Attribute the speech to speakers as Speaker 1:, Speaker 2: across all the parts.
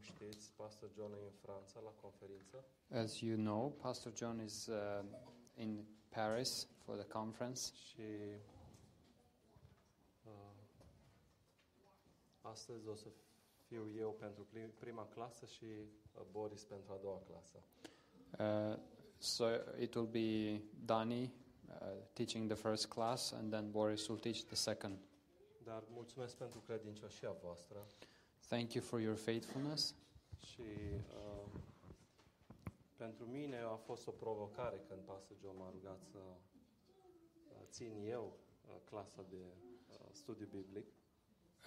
Speaker 1: știți, Pastor John e în Franța la conferință
Speaker 2: As you know, Pastor John is uh, in Paris for the conference,
Speaker 1: și uh, astăzi o să fiu eu pentru prim- prima clasă și uh, Boris pentru a doua clasă.
Speaker 2: uh, so it will be Dani uh, teaching the first class, and then Boris will teach the second.
Speaker 1: Dar mulțumesc pentru credincioșia voastră
Speaker 2: Thank you for your faithfulness.
Speaker 1: și uh, pentru mine a fost o provocare când Pastor John m-a rugat să uh, țin eu uh, clasa de uh, studiu biblic.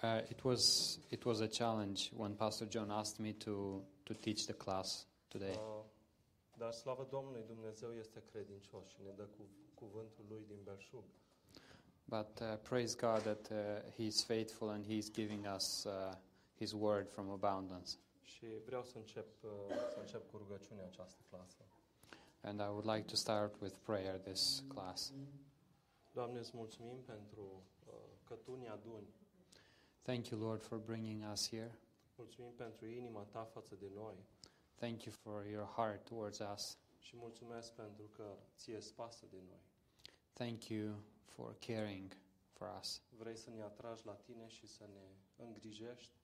Speaker 2: Uh, it was it was a challenge when Pastor John asked me to to teach the class today.
Speaker 1: Uh, Dar slavă Domnului, Dumnezeu este credincios și ne dă cu, cuvântul Lui din belșug.
Speaker 2: But uh, praise God that uh, He is faithful and He is giving us uh, His word from abundance.
Speaker 1: Și vreau să încep, uh, să încep cu rugăciunea această clasă.
Speaker 2: And I would like to start with prayer this class.
Speaker 1: Doamne, îți mulțumim pentru uh, că Tu ne aduni.
Speaker 2: Thank you, Lord, for bringing us here.
Speaker 1: Mulțumim pentru inima Ta față de noi
Speaker 2: Thank you for your heart towards us.
Speaker 1: și mulțumesc pentru că Ție îți pasă de noi.
Speaker 2: Thank you for caring for us.
Speaker 1: Vrei să ne atragi la Tine și să ne îngrijești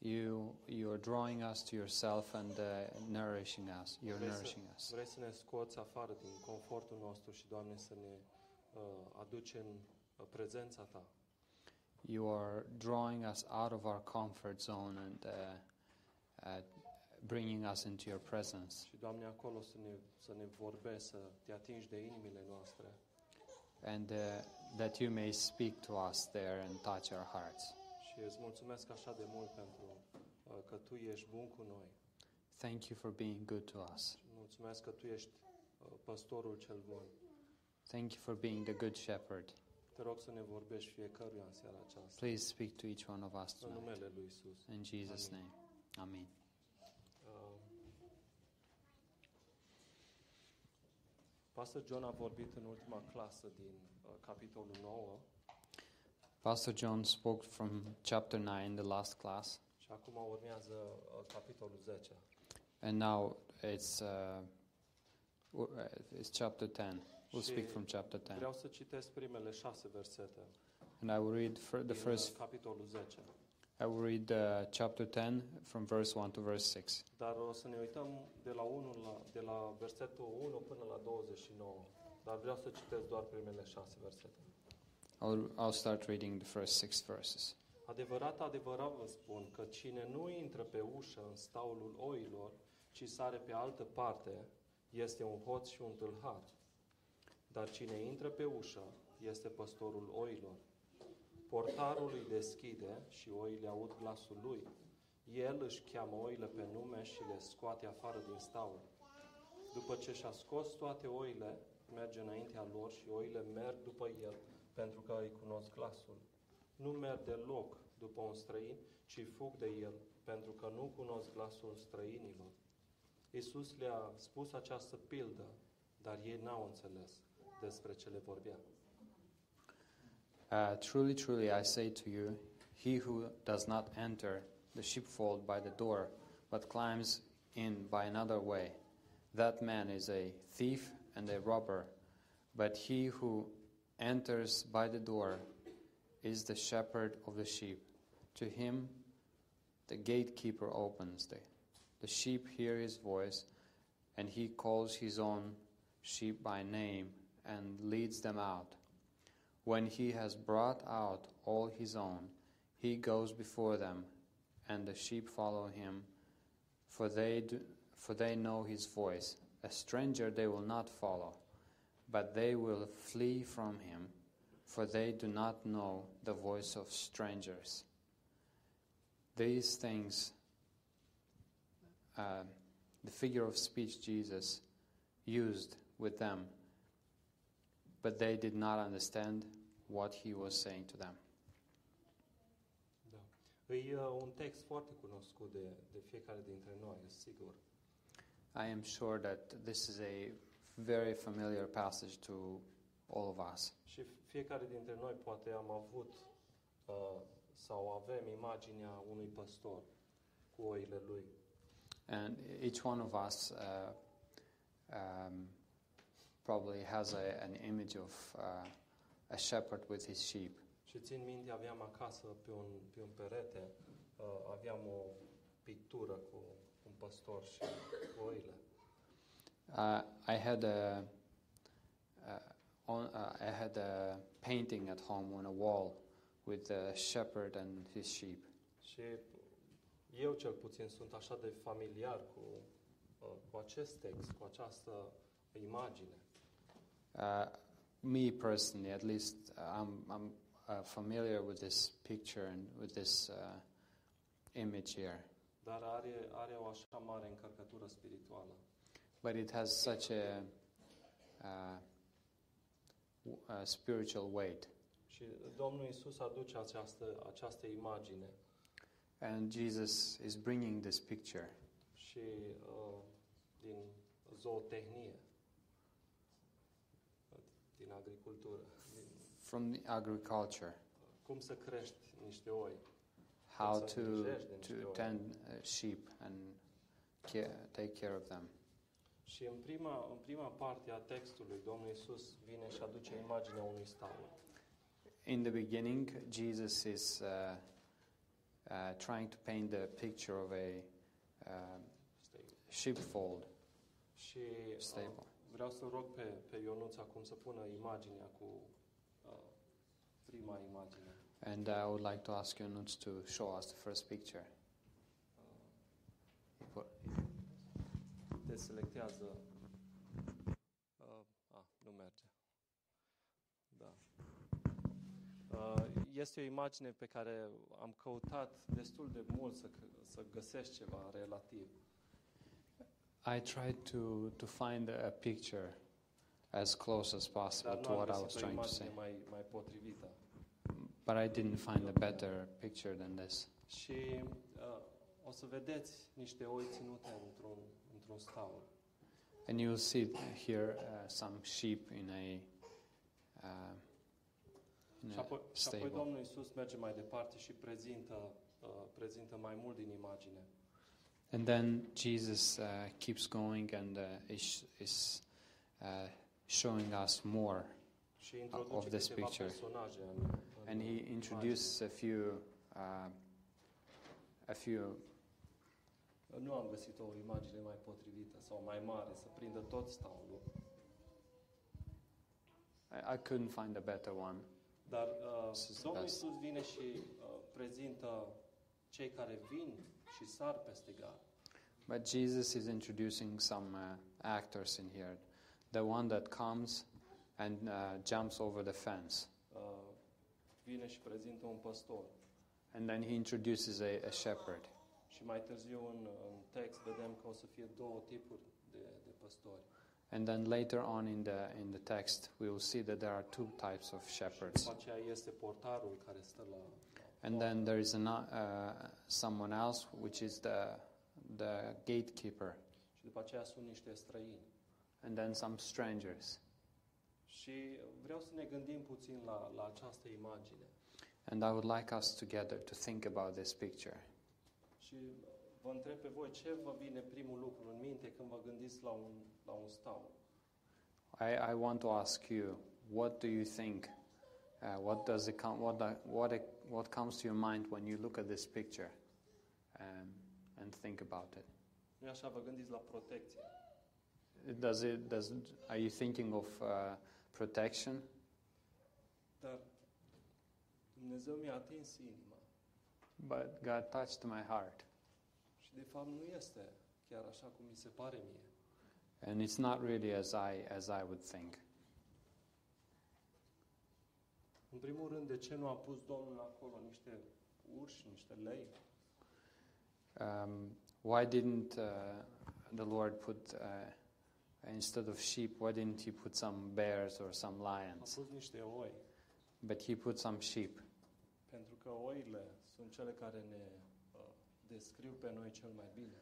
Speaker 2: You you are drawing us to yourself and uh, nourishing us. You're
Speaker 1: Vrei să-
Speaker 2: nourishing us.
Speaker 1: Vrei să ne scoți afară din confortul nostru și, Doamne, să ne uh, aduci în uh, prezența Ta.
Speaker 2: You are drawing us out of our comfort zone and uh, uh, bringing us into your presence.
Speaker 1: Și, Doamne, acolo să ne, să ne vorbești, să te atingi de inimile noastre
Speaker 2: and uh, that you may speak to us there and touch our hearts.
Speaker 1: și îți mulțumesc așa de mult pentru uh, că Tu ești bun cu noi.
Speaker 2: Thank you for being good to us.
Speaker 1: Și mulțumesc că Tu ești uh, păstorul cel bun.
Speaker 2: Thank you for being the good shepherd.
Speaker 1: Te rog să ne vorbești fiecăruia în seara aceasta.
Speaker 2: Please speak to each one of us
Speaker 1: În
Speaker 2: tonight.
Speaker 1: numele Lui Isus.
Speaker 2: In Jesus'
Speaker 1: Amin.
Speaker 2: name. Amen.
Speaker 1: Uh, Pastor John a vorbit în ultima clasă din uh, capitolul 9
Speaker 2: Pastor John spoke from chapter 9, the last class,
Speaker 1: și acum urmează uh, capitolul 10.
Speaker 2: and now it's, uh, w- uh, it's chapter 10. We'll
Speaker 1: Și
Speaker 2: speak from chapter 10.
Speaker 1: Vreau să citesc primele șase versete
Speaker 2: And I will read fir- the
Speaker 1: din, uh,
Speaker 2: first,
Speaker 1: capitolul 10.
Speaker 2: I will read uh, chapter 10 from verse 1 to verse 6.
Speaker 1: Dar o să ne uităm de la, 1 la, de la versetul 1 până la 29. Dar vreau să citesc doar primele șase versete.
Speaker 2: I'll, I'll start reading the first six verses.
Speaker 1: Adevărat, adevărat vă spun că cine nu intră pe ușă în staulul oilor, ci sare pe altă parte, este un hoț și un tâlhar. Dar cine intră pe ușă, este păstorul oilor. Portarul îi deschide și oile aud glasul lui. El își cheamă oile pe nume și le scoate afară din staul. După ce și-a scos toate oile, merge înaintea lor și oile merg după el, pentru că îi cunosc glasul. Nu merg deloc după un străin, ci fug de el, pentru că nu cunosc glasul străinilor. Iisus le-a spus această pildă, dar ei n-au înțeles despre ce le vorbea.
Speaker 2: Uh, truly, truly, I say to you, he who does not enter the sheepfold by the door, but climbs in by another way, that man is a thief and a robber. But he who enters by the door is the shepherd of the sheep. To him the gatekeeper opens. The, the sheep hear his voice, and he calls his own sheep by name and leads them out. When he has brought out all his own, he goes before them, and the sheep follow him, for they, do, for they know his voice. A stranger they will not follow, but they will flee from him, for they do not know the voice of strangers. These things, uh, the figure of speech Jesus used with them but they did not understand what he was saying to them.
Speaker 1: Da. E uh, un text foarte cunoscut de, de fiecare dintre noi, sigur.
Speaker 2: I am sure that this is a very familiar passage to all of us.
Speaker 1: Și fiecare dintre noi poate am avut uh, sau avem imaginea unui păstor. cu oile lui.
Speaker 2: And each one of us uh, um, probably has a, an image of uh, a shepherd with his sheep.
Speaker 1: Și țin minte, aveam acasă pe un, pe un perete, uh, aveam o pictură cu un păstor și cu oile.
Speaker 2: Uh, I had a, uh, on, uh, I had a painting at home on a wall with a shepherd and his sheep.
Speaker 1: Și eu cel puțin sunt așa de familiar cu, uh, cu acest text, cu această imagine.
Speaker 2: Uh, me personally, at least, I'm, I'm uh, familiar with this picture and with this uh, image here.
Speaker 1: Dar are, are o așa mare încărcătură spirituală.
Speaker 2: But it has such a, uh, w- a spiritual weight.
Speaker 1: Și Domnul Isus aduce această, această imagine
Speaker 2: And Jesus is bringing this picture
Speaker 1: și uh, din zootehnie, din agricultură, din,
Speaker 2: from the agriculture,
Speaker 1: cum să crești niște oi,
Speaker 2: how
Speaker 1: Exact.
Speaker 2: to,
Speaker 1: Exact.
Speaker 2: to tend uh, sheep and care, take care of them.
Speaker 1: Și în prima, în prima parte a textului, Domnul Iisus vine și aduce imaginea unui staul.
Speaker 2: In the beginning, Jesus is uh, uh, trying to paint the picture of a um,
Speaker 1: Stable.
Speaker 2: sheepfold,
Speaker 1: Și uh,
Speaker 2: stable.
Speaker 1: vreau să rog pe, pe Ionuț acum să pună imaginea cu uh, prima imagine.
Speaker 2: And I would like to ask you Nuts to show us the first picture.
Speaker 1: Uh,
Speaker 2: Put-
Speaker 1: Deselectează. Uh, a, nu merge. Da. Uh, este o imagine pe care am căutat destul de mult să, c- să găsesc ceva relativ.
Speaker 2: I tried to, to find a picture as close as possible
Speaker 1: Dar
Speaker 2: to
Speaker 1: nu am
Speaker 2: what I was
Speaker 1: găsit o
Speaker 2: trying to say.
Speaker 1: imagine mai, mai potrivită.
Speaker 2: But I didn't find a better picture than this.
Speaker 1: Și uh, o să vedeți niște oi ținute într-un, într-un staul.
Speaker 2: And you'll see here uh, some sheep in a, uh, in
Speaker 1: Și apoi, și
Speaker 2: a
Speaker 1: apoi
Speaker 2: stable.
Speaker 1: Domnul Iisus merge mai departe și prezintă, uh, prezintă mai mult din imagine.
Speaker 2: And then Jesus uh, keeps going and uh, is, is uh, showing us more.
Speaker 1: Și introduce
Speaker 2: Of this
Speaker 1: câteva
Speaker 2: picture.
Speaker 1: personaje în, în
Speaker 2: And he
Speaker 1: imagine.
Speaker 2: introduces a few, uh, a few.
Speaker 1: Nu am găsit o imagine mai potrivită sau mai mare, să prindă tot staulul.
Speaker 2: I, I couldn't find a better one.
Speaker 1: Dar uh,
Speaker 2: This is
Speaker 1: Domnul
Speaker 2: best.
Speaker 1: Iisus vine și uh, prezintă cei care vin și sar peste gard.
Speaker 2: But Jesus is introducing some uh, actors in here. The one that comes and uh, jumps over the fence,
Speaker 1: Uh, vine și prezintă un păstor.
Speaker 2: and then he introduces a, a shepherd.
Speaker 1: Și mai târziu în, în text vedem că o să fie două tipuri de, de păstori.
Speaker 2: And then later on in the in the text, we will see that there are two types of shepherds.
Speaker 1: După aceea este portarul care stă la... la
Speaker 2: And
Speaker 1: poartă.
Speaker 2: then there is an, uh, someone else, which is the the gatekeeper,
Speaker 1: Și după aceea sunt niște străini.
Speaker 2: and then some strangers.
Speaker 1: Și vreau să ne gândim puțin la, la această imagine.
Speaker 2: And I would like us together to think about this picture.
Speaker 1: Și vă întreb pe voi ce vă vine primul lucru în minte când vă gândiți la un, la un staul.
Speaker 2: I, I want to ask you, what do you think? Uh, what does it come? What do- what it, what comes to your mind when you look at this picture, um, and think about it?
Speaker 1: Nu așa, vă gândiți la protecție.
Speaker 2: Does it does? it- Are you thinking of uh, protection?
Speaker 1: Dar Dumnezeu mi-a atins inima.
Speaker 2: But God touched my heart,
Speaker 1: Și de fapt nu este chiar așa cum mi se pare mie.
Speaker 2: and it's not really as I as I would think.
Speaker 1: În primul rând, de ce nu a pus Domnul acolo niște urși, niște lei?
Speaker 2: Um, why didn't uh, the Lord put uh, instead of sheep? Why didn't He put some bears or some
Speaker 1: A
Speaker 2: lions?
Speaker 1: pus niște oi,
Speaker 2: But He put some sheep.
Speaker 1: pentru că oile sunt cele care ne uh, descriu pe noi cel mai bine.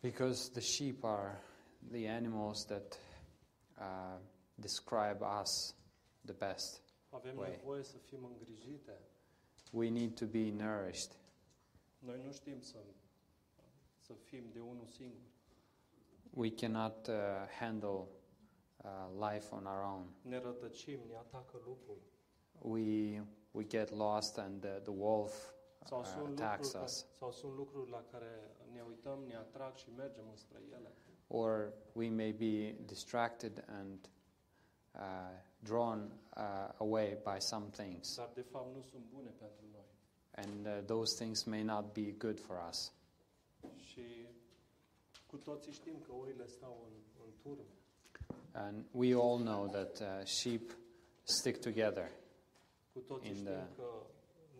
Speaker 2: Because the sheep are the animals that uh, describe us the best.
Speaker 1: Avem
Speaker 2: Oi.
Speaker 1: nevoie să fim îngrijite.
Speaker 2: We need to be nourished.
Speaker 1: Noi nu știm să să fim de unul singur.
Speaker 2: We cannot uh, handle uh, life on our own.
Speaker 1: Ne rătăcim, ne atacă lupul.
Speaker 2: We, we get lost and the, the wolf uh,
Speaker 1: Sau sunt, lucruri
Speaker 2: attacks
Speaker 1: care,
Speaker 2: us.
Speaker 1: sau sunt lucruri la care ne uităm, ne atrag și mergem înspre ele.
Speaker 2: Or we may be distracted and uh, drawn uh, away by some things.
Speaker 1: Dar de fapt nu sunt bune pentru noi.
Speaker 2: And uh, those things may not be good for us.
Speaker 1: Și cu toții știm că oile stau în, în turme.
Speaker 2: And we all know that uh, sheep stick together.
Speaker 1: Cu toții
Speaker 2: In
Speaker 1: știm
Speaker 2: the
Speaker 1: că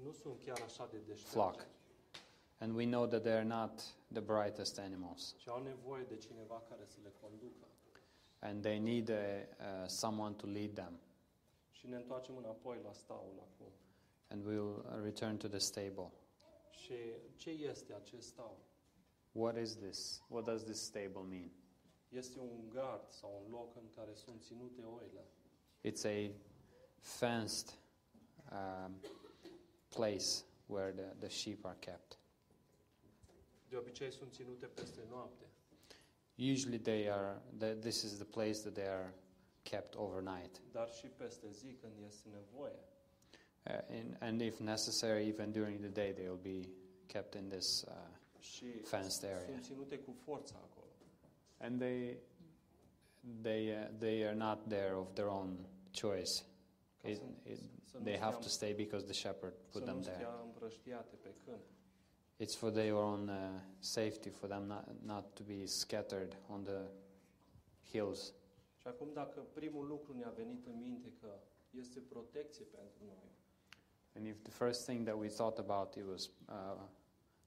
Speaker 1: nu sunt chiar așa de deștepți.
Speaker 2: flock. And we know that they're not the brightest animals.
Speaker 1: Și au nevoie de cineva care să le conducă.
Speaker 2: And they need a, uh, someone to lead them.
Speaker 1: Și ne întoarcem înapoi la staul acum.
Speaker 2: And we'll uh, return to the stable.
Speaker 1: Și ce este acest staul?
Speaker 2: What is this? What does this stable mean?
Speaker 1: Este un gard sau un loc în care sunt ținute oile.
Speaker 2: It's a fenced um, place where the, the sheep are kept.
Speaker 1: De obicei sunt ținute peste noapte.
Speaker 2: Usually, they are. The, this is the place that they are kept overnight,
Speaker 1: dar și peste zi când este nevoie.
Speaker 2: uh, and, and if necessary, even during the day, they will be kept in this. Uh,
Speaker 1: Și
Speaker 2: Fenced area.
Speaker 1: sunt ținute cu forța acolo.
Speaker 2: and they, they, uh, they are not there of their own choice.
Speaker 1: Ca
Speaker 2: It-
Speaker 1: să,
Speaker 2: it-
Speaker 1: să nu
Speaker 2: They
Speaker 1: stea,
Speaker 2: have to stay because the shepherd put
Speaker 1: să
Speaker 2: them
Speaker 1: nu
Speaker 2: there.
Speaker 1: stea împrăștiate pe câmp.
Speaker 2: It's for their own uh, safety, for them not, not to be scattered on the hills.
Speaker 1: Și acum dacă primul lucru ne-a venit în minte că este protecție pentru noi,
Speaker 2: And if the first thing that we thought about it was uh,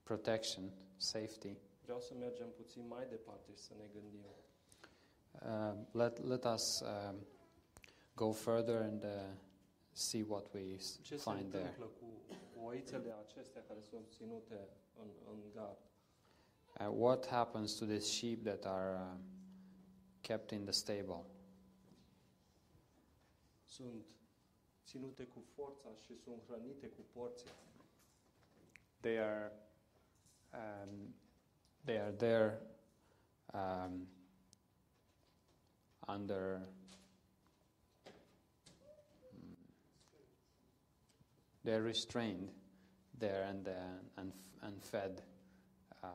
Speaker 2: protection, safety,
Speaker 1: vreau să mergem puțin mai departe și să ne gândim
Speaker 2: uh, let let us um, go further and uh, see what we s-
Speaker 1: ce se
Speaker 2: find there.
Speaker 1: întâmplă cu, cu oițele acestea care sunt ținute în, în gard.
Speaker 2: Uh, what happens to these sheep that are um kept in the stable?
Speaker 1: Sunt ținute cu forța și sunt hrănite cu porții.
Speaker 2: They are um, they are there um, under. hmm, They're restrained there and uh, and and fed uh,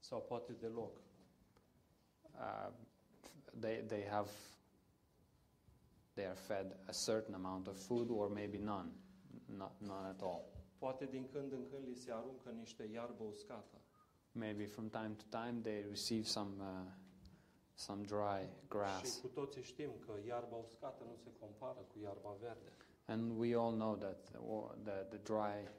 Speaker 1: Sau poate deloc.
Speaker 2: uh, they they have they are fed a certain amount of food or maybe none not none at all
Speaker 1: Poate din când în când li se aruncă niște iarbă uscată.
Speaker 2: maybe from time to time they receive some uh, some dry
Speaker 1: Și
Speaker 2: grass
Speaker 1: cu toții știm că iarba uscată nu se compară cu iarba verde.
Speaker 2: and we all know that the, wa- the, the dry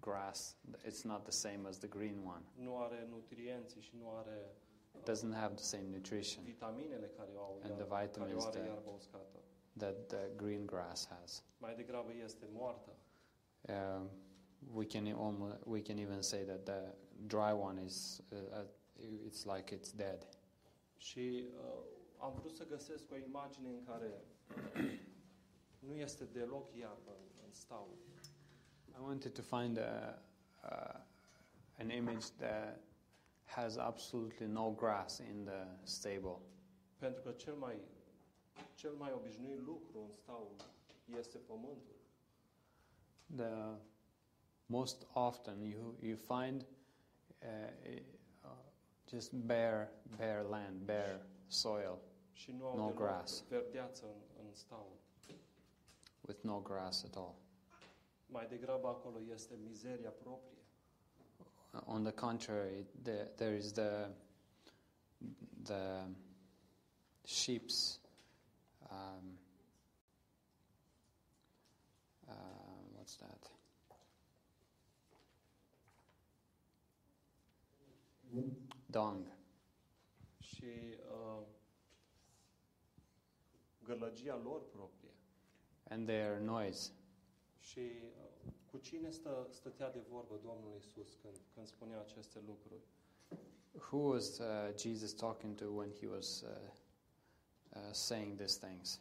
Speaker 2: grass it's not the same as the green one
Speaker 1: Nu are nutrienții și nu are uh,
Speaker 2: it doesn't have the same nutrition
Speaker 1: vitaminele care o au
Speaker 2: And the
Speaker 1: iarba, care o
Speaker 2: vitamins
Speaker 1: are
Speaker 2: there.
Speaker 1: iarba uscată.
Speaker 2: that the green grass has
Speaker 1: Mai degrabă este moartă.
Speaker 2: um, we can almost, we can even say that the dry one is uh, uh, it's like it's dead
Speaker 1: Și uh, am vrut să găsesc o imagine în care nu este deloc iarbă în- în staul.
Speaker 2: I wanted to find a, uh, an image that has absolutely no grass in the stable
Speaker 1: Pentru că cel mai, cel mai obișnuit lucru în staul este pământul.
Speaker 2: the most often you you find uh, uh, just bare bare land bare soil
Speaker 1: Și nu au
Speaker 2: No
Speaker 1: deloc
Speaker 2: grass.
Speaker 1: verdeață în, în staul.
Speaker 2: with no grass at all
Speaker 1: Mai degrabă acolo este mizeria proprie.
Speaker 2: Uh, on the contrary there, there is the the sheep's um, uh, what's that dung
Speaker 1: și uh, gălăgia lor proprie.
Speaker 2: and their noise
Speaker 1: Și uh, cu cine stă, stătea de vorbă Domnul Isus când, când spunea aceste lucruri?
Speaker 2: who was uh, jesus talking to when he was uh, uh, saying these things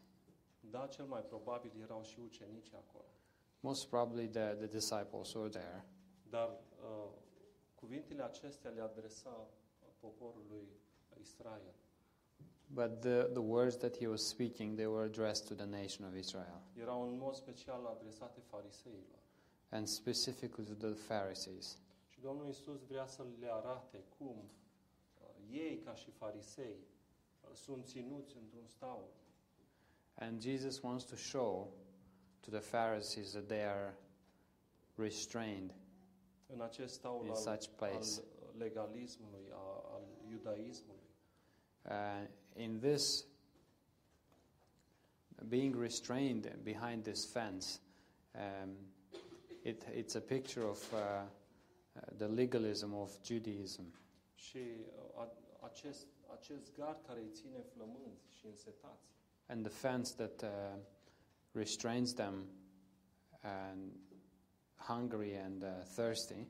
Speaker 1: Da, cel mai probabil erau și ucenicii acolo.
Speaker 2: most probably the, the disciples were there
Speaker 1: Dar uh, Cuvintele acestea le adresa poporului Israel.
Speaker 2: But the, the words that he was speaking, they were addressed to the nation of Israel,
Speaker 1: Erau în mod special adresate fariseilor.
Speaker 2: and specifically to the Pharisees.
Speaker 1: Și Domnul Isus vrea să le arate cum uh, ei, ca și farisei, uh, sunt ținuți într-un staul.
Speaker 2: And Jesus wants to show to the Pharisees that they are restrained
Speaker 1: În acest staul
Speaker 2: in
Speaker 1: al,
Speaker 2: such
Speaker 1: al
Speaker 2: place.
Speaker 1: legalismului, a, al iudaismului.
Speaker 2: Uh, in this, being restrained behind this fence, um, it, it's a picture of uh, uh, the legalism of Judaism.
Speaker 1: Și uh, a, acest, acest gard care îi ține flămânzi și însetați
Speaker 2: and the fence that uh, restrains them and hungry and uh, thirsty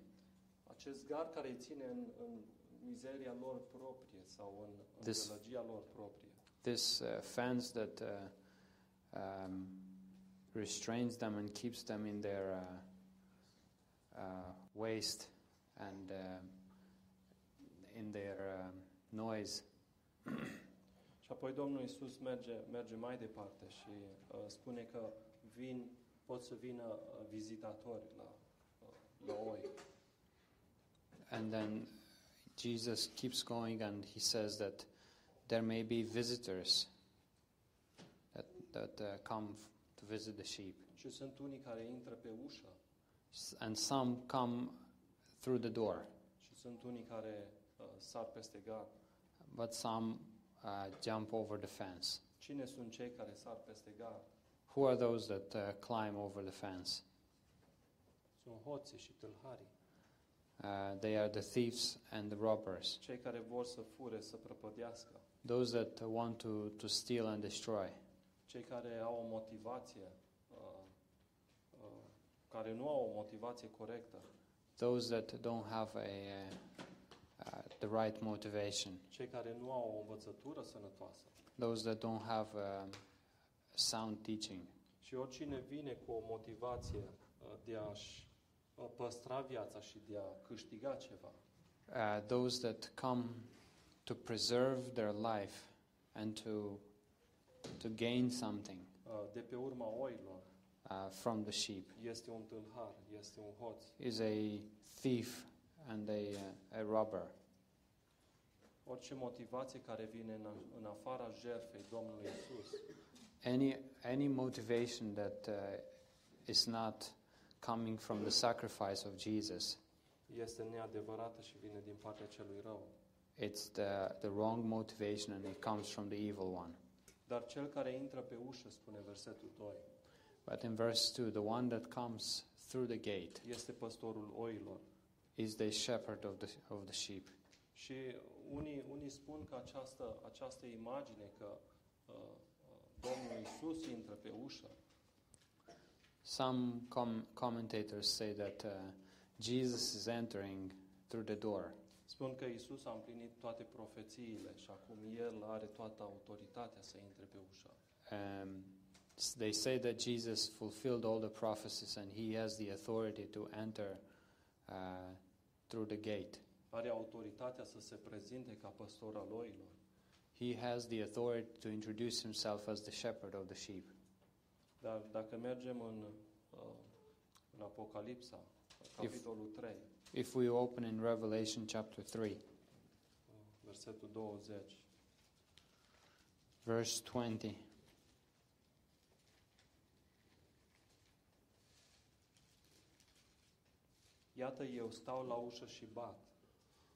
Speaker 1: Acest gard care îi ține în, în mizeria lor proprie sau în, în
Speaker 2: This-
Speaker 1: gălăgia lor proprie.
Speaker 2: this uh, fence that uh, um, restrains them and keeps them in their uh, uh, waste and uh, in their um noise
Speaker 1: Și apoi Domnul Isus merge, merge mai departe și uh, spune că vin, pot să vină uh, vizitatori la, uh, la oi.
Speaker 2: and then jesus keeps going and he says that there may be visitors that, that uh, come f- to visit the sheep
Speaker 1: Și sunt unii care intră pe ușă
Speaker 2: S- and some come through the door
Speaker 1: și sunt unii care uh, sar peste gard.
Speaker 2: but some uh, jump over the fence
Speaker 1: Cine sunt cei care sar peste gard?
Speaker 2: who are those that uh, climb over the fence
Speaker 1: Sunt hoții și tâlharii.
Speaker 2: uh, they are the thieves and the robbers
Speaker 1: Cei care vor să fure, să prăpădească.
Speaker 2: those that want to, to steal and destroy
Speaker 1: cei care au o motivație, uh, uh, care nu au o motivație corectă,
Speaker 2: those that don't have a, uh, uh, the right motivation
Speaker 1: cei care nu au o învățătură sănătoasă.
Speaker 2: those that don't have um, sound teaching.
Speaker 1: Și oricine vine cu o motivație uh, de a-și uh, păstra viața și de a câștiga ceva,
Speaker 2: Uh, those that come to preserve their life and to, to gain something
Speaker 1: uh, de pe urma oilor,
Speaker 2: uh, from the sheep
Speaker 1: este un tâlhar, este un hoț.
Speaker 2: is a thief and a, uh, a robber.
Speaker 1: Orice motivație care vine în, a- în afara jertfei Domnului Isus
Speaker 2: Any, any motivation that uh, is not coming from the sacrifice of Jesus,
Speaker 1: este neadevărată și vine din partea celui rău.
Speaker 2: it's the, the wrong motivation and it comes from the evil one.
Speaker 1: Dar cel care intră pe ușă, spune versetul 2,
Speaker 2: But in verse 2, the one that comes through the gate
Speaker 1: este păstorul oilor.
Speaker 2: is the shepherd of the, of the sheep.
Speaker 1: Și unii, unii spun că această, această imagine că uh, uh, Domnul Isus intră pe ușă,
Speaker 2: Some com- commentators say that uh, Jesus is entering through the door,
Speaker 1: spun că Isus a împlinit toate profețiile și acum El are toată autoritatea să intre pe ușă.
Speaker 2: um, s- they say that Jesus fulfilled all the prophecies and he has the authority to enter uh, through the gate.
Speaker 1: Are autoritatea să se prezinte ca păstor al oilor.
Speaker 2: He has the authority to introduce himself as the shepherd of the sheep.
Speaker 1: Dar dacă mergem în, uh, în Apocalipsa, capitolul 3,
Speaker 2: If we open in Revelation chapter 3,
Speaker 1: versetul 20,
Speaker 2: verse 20,
Speaker 1: Iată, eu stau la ușă și bat.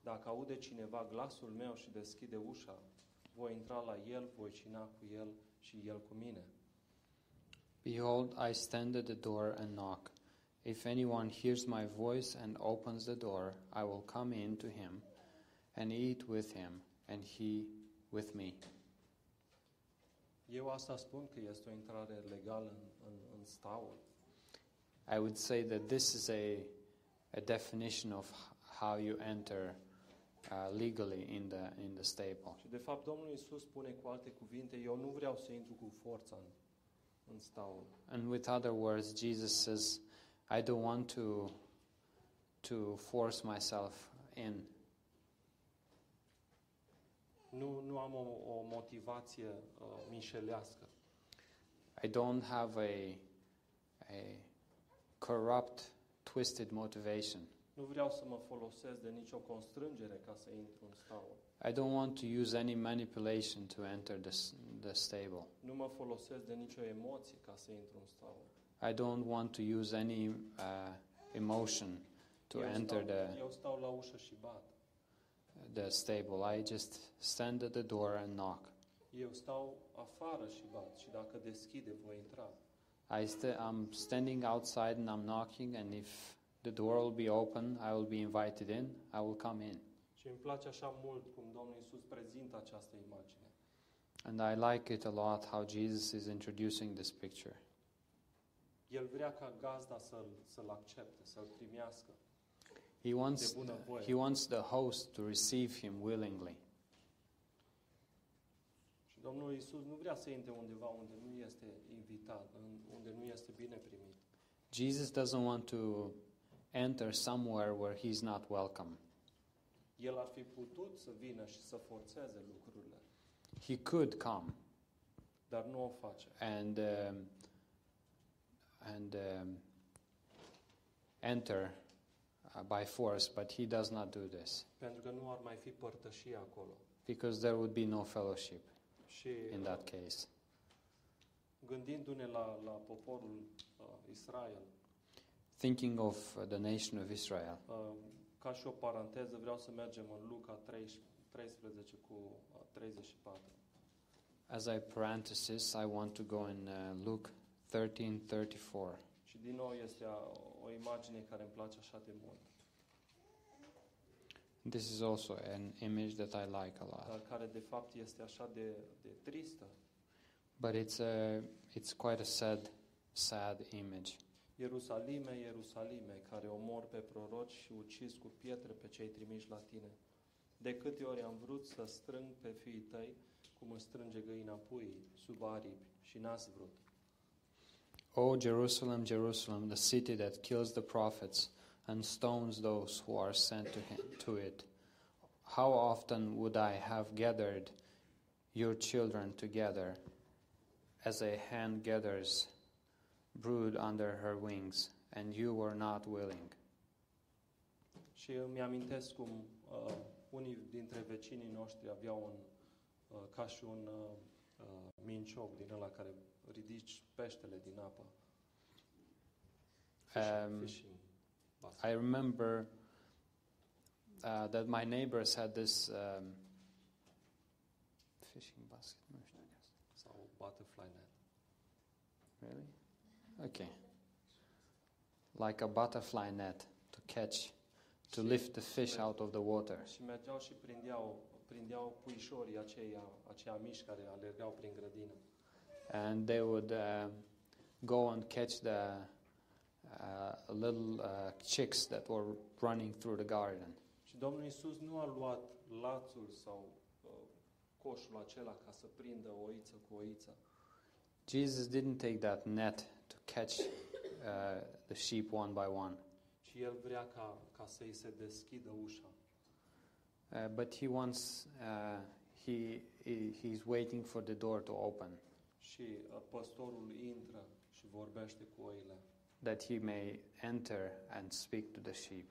Speaker 1: Dacă aude cineva glasul meu și deschide ușa, voi intra la el, voi cina cu el și el cu mine.
Speaker 2: Behold, I stand at the door and knock. If anyone hears my voice and opens the door, I will come in to him and eat with him, and he with me.
Speaker 1: Eu asta spun că este o intrare legală în, în, în staul.
Speaker 2: I would say that this is a, a definition of h- how you enter uh, legally in the, in the stable.
Speaker 1: Și de fapt Domnul Iisus spune cu alte cuvinte, eu nu vreau să intru cu forța în, în staul.
Speaker 2: And with other words, Jesus says, I don't want to, to force myself in.
Speaker 1: Nu, nu am o, o motivație uh, mișelească.
Speaker 2: I don't have a, a corrupt, twisted motivation.
Speaker 1: Nu vreau să mă folosesc de nicio constrângere ca să intru în staul.
Speaker 2: I don't want to use any manipulation to enter the, s- the stable.
Speaker 1: Nu mă folosesc de nicio emoție ca să intru în staul.
Speaker 2: I don't want to use any uh, emotion to
Speaker 1: eu,
Speaker 2: enter
Speaker 1: stau,
Speaker 2: the,
Speaker 1: eu stau la ușă și bat.
Speaker 2: the stable. I just stand at the door and knock.
Speaker 1: Eu stau afară și bat și dacă deschide voi intra.
Speaker 2: I st- I'm standing outside and I'm knocking, and if the door will be open, I will be invited in, I will come in.
Speaker 1: Și îmi place așa mult cum Domnul Iisus prezintă această imagine.
Speaker 2: And I like it a lot how Jesus is introducing this picture.
Speaker 1: El vrea ca gazda să-l, să-l accepte, să-l primească.
Speaker 2: He wants,
Speaker 1: De bună voie.
Speaker 2: he wants the host to receive him willingly.
Speaker 1: Și Domnul Iisus nu vrea să intre undeva unde nu este invitat, în- unde nu este bine primit.
Speaker 2: Jesus doesn't want to enter somewhere where he's not welcome.
Speaker 1: El ar fi putut să vină și să forțeze lucrurile,
Speaker 2: He could come
Speaker 1: dar nu o face.
Speaker 2: and um, and um, enter uh, by force, but he does not do this
Speaker 1: Pentru că nu ar mai fi părtășie acolo.
Speaker 2: because there would be no fellowship
Speaker 1: Și
Speaker 2: in that case.
Speaker 1: gândindu-ne la, la poporul uh, Israel,
Speaker 2: Thinking of uh, the nation of Israel,
Speaker 1: uh, ca și o paranteză, vreau să mergem în Luca 13, 13 cu uh, 34.
Speaker 2: as I parenthesis, I want to go in uh, Luke thirteen thirty four.
Speaker 1: Și din nou este a, o imagine care îmi place așa de mult,
Speaker 2: This is also an image that I like a lot,
Speaker 1: dar care de fapt este așa de, de tristă.
Speaker 2: but it's a it's quite a sad sad image.
Speaker 1: Ierusalime, Ierusalime, care omor pe proroci și ucizi cu pietre pe cei trimiși la tine. De câte ori am vrut să strâng pe fiii tăi, cum îți strânge găina puii, sub aripi, și n-ați vrut.
Speaker 2: O Jerusalem, Jerusalem, the city that kills the prophets and stones those who are sent to, him, to it. How often would I have gathered your children together as a hen gathers brood under her wings, and you were not willing?
Speaker 1: Și îmi amintesc cum uh, unii dintre vecinii noștri aveau un, uh, ca și un uh, uh, mincioc din ăla care ridici peștele din apă. Fishing-
Speaker 2: Um,
Speaker 1: fishing basket.
Speaker 2: I remember uh, that my neighbors had this um, fishing basket. nu știu.
Speaker 1: sau butterfly net.
Speaker 2: Really? Okay. Like a butterfly net to catch, to lift the fish out of the water.
Speaker 1: Și mergeau și prindeau, prindeau puișorii aceia, aceia mici care alergau prin grădină.
Speaker 2: And they would uh, go and catch the uh, little uh, chicks that were running through the garden.
Speaker 1: Și Domnul Isus nu a luat lațul sau uh, coșul acela ca să prindă oiță cu oiță,
Speaker 2: Jesus didn't take that net to catch uh, the sheep one by one,
Speaker 1: ci El vrea ca, ca să îi se deschidă ușa.
Speaker 2: uh, but he wants, uh, he, he, he's waiting for the door to open
Speaker 1: Și uh, păstorul intră și vorbește cu oile.
Speaker 2: that he may enter and speak to the sheep.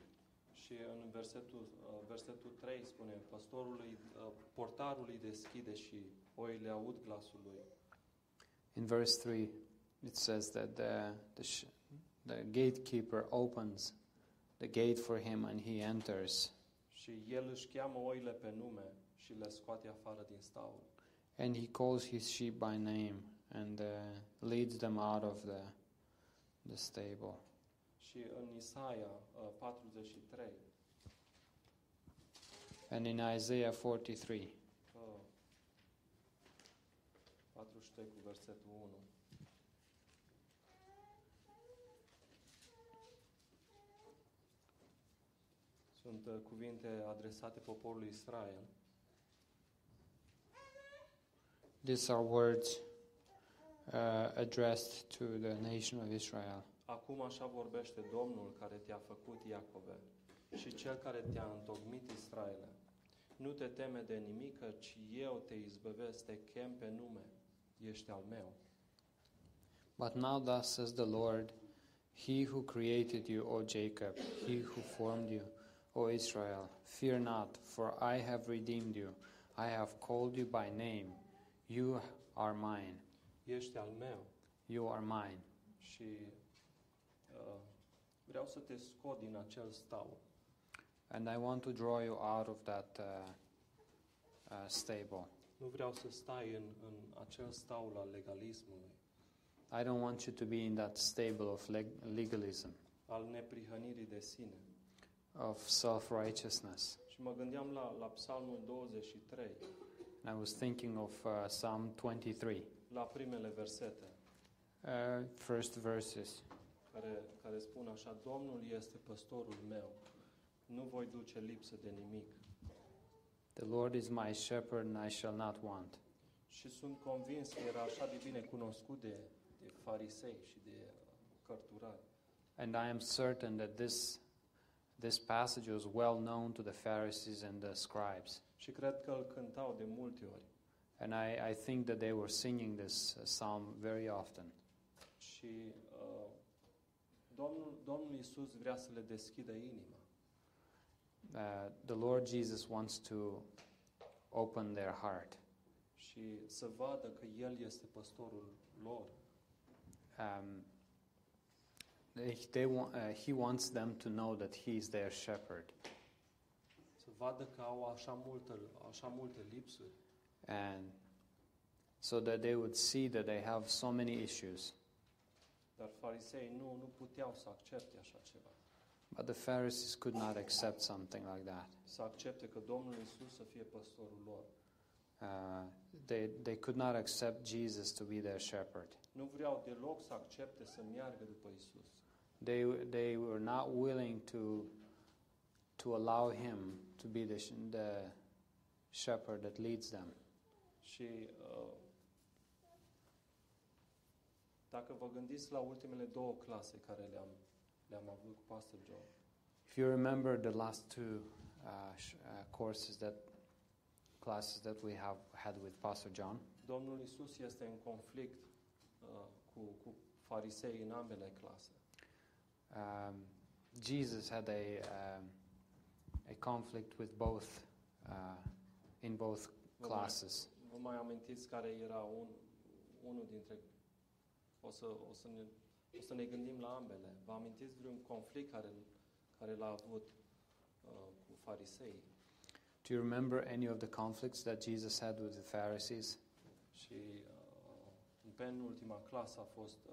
Speaker 1: Și în versetul, uh, versetul 3 spune, păstorul îi, uh, portarul îi deschide și oile aud glasul lui.
Speaker 2: In verse 3, it says that the, the, sh- the gatekeeper opens the gate for him and he enters.
Speaker 1: Și el își cheamă oile pe nume și le scoate afară din staul.
Speaker 2: And he calls his sheep by name and uh, leads them out of the, the stable.
Speaker 1: Și în Isaia uh, 43,
Speaker 2: And in Isaiah 43,
Speaker 1: uh, 43 cu versetul 1, sunt uh, cuvinte adresate poporului Israel
Speaker 2: these are words uh, addressed to the nation of Israel.
Speaker 1: Acum așa vorbește Domnul care te-a făcut Iacobe, și cel care te-a întocmit Israele. Nu te teme de nimic, căci eu te izbăvesc, te chem pe nume, ești al meu.
Speaker 2: But now, thus says the Lord He who created you, O Jacob, he who formed you, O Israel, fear not, for I have redeemed you. I have called you by name. You are mine.
Speaker 1: Ești al meu.
Speaker 2: You are mine.
Speaker 1: Și uh, vreau să te scot din acel stau.
Speaker 2: And I want to draw you out of that uh, uh, stable.
Speaker 1: Nu vreau să stai în, în acel staul al legalismului,
Speaker 2: I don't want you to be in that stable of leg- legalism,
Speaker 1: al neprihănirii de sine.
Speaker 2: of self righteousness.
Speaker 1: Și mă gândeam la, la Psalmul 23,
Speaker 2: And I was thinking of uh, Psalm 23,
Speaker 1: la primele versete,
Speaker 2: uh, first verses.
Speaker 1: care, care spun așa, Domnul este păstorul meu, nu voi duce lipsă de nimic.
Speaker 2: The Lord is my shepherd, and I shall not want.
Speaker 1: Și sunt convins că era așa de bine cunoscut de, de farisei și de uh, cărturari.
Speaker 2: And I am certain that this, this passage was well known to the Pharisees and the scribes.
Speaker 1: Și cred că îl cântau de multe ori.
Speaker 2: And I, I think that they were singing this uh, psalm very often.
Speaker 1: Și uh, Domnul, Domnul Iisus vrea să le deschidă inima.
Speaker 2: Uh, the Lord Jesus wants to open their heart
Speaker 1: și să vadă că El este păstorul lor.
Speaker 2: um, they, they want, uh, he wants them to know that he is their shepherd
Speaker 1: Să vadă că au așa multe, așa multe lipsuri
Speaker 2: and so that they would see that they have so many issues
Speaker 1: Dar farisei nu, nu puteau să accepte așa ceva.
Speaker 2: but the pharisees could not accept something like that
Speaker 1: Să accepte că Domnul Isus să fie păstorul lor.
Speaker 2: uh, they, they could not accept jesus to be their shepherd
Speaker 1: Nu vreau deloc să accepte să meargă după Isus.
Speaker 2: they, they were not willing to, to allow him to be the, sh- the shepherd that leads them
Speaker 1: Și uh, dacă vă gândiți la ultimele două clase care le-am, le-am avut cu Pastor John,
Speaker 2: If you remember the last two uh, sh- uh, courses that classes that we have had with Pastor John,
Speaker 1: Domnul Isus este în conflict uh, cu, cu farisei în ambele clase.
Speaker 2: um, Jesus had a um, a conflict with both uh, in both
Speaker 1: Vă mai-
Speaker 2: classes.
Speaker 1: Vă mai amintiți care era un, unul dintre... O să, o, să ne, o să ne gândim la ambele. Vă amintiți vreun conflict care, care l-a avut uh, cu farisei?
Speaker 2: Do you remember any of the conflicts that Jesus had with the Pharisees?
Speaker 1: Și uh, în penultima clasă a fost uh,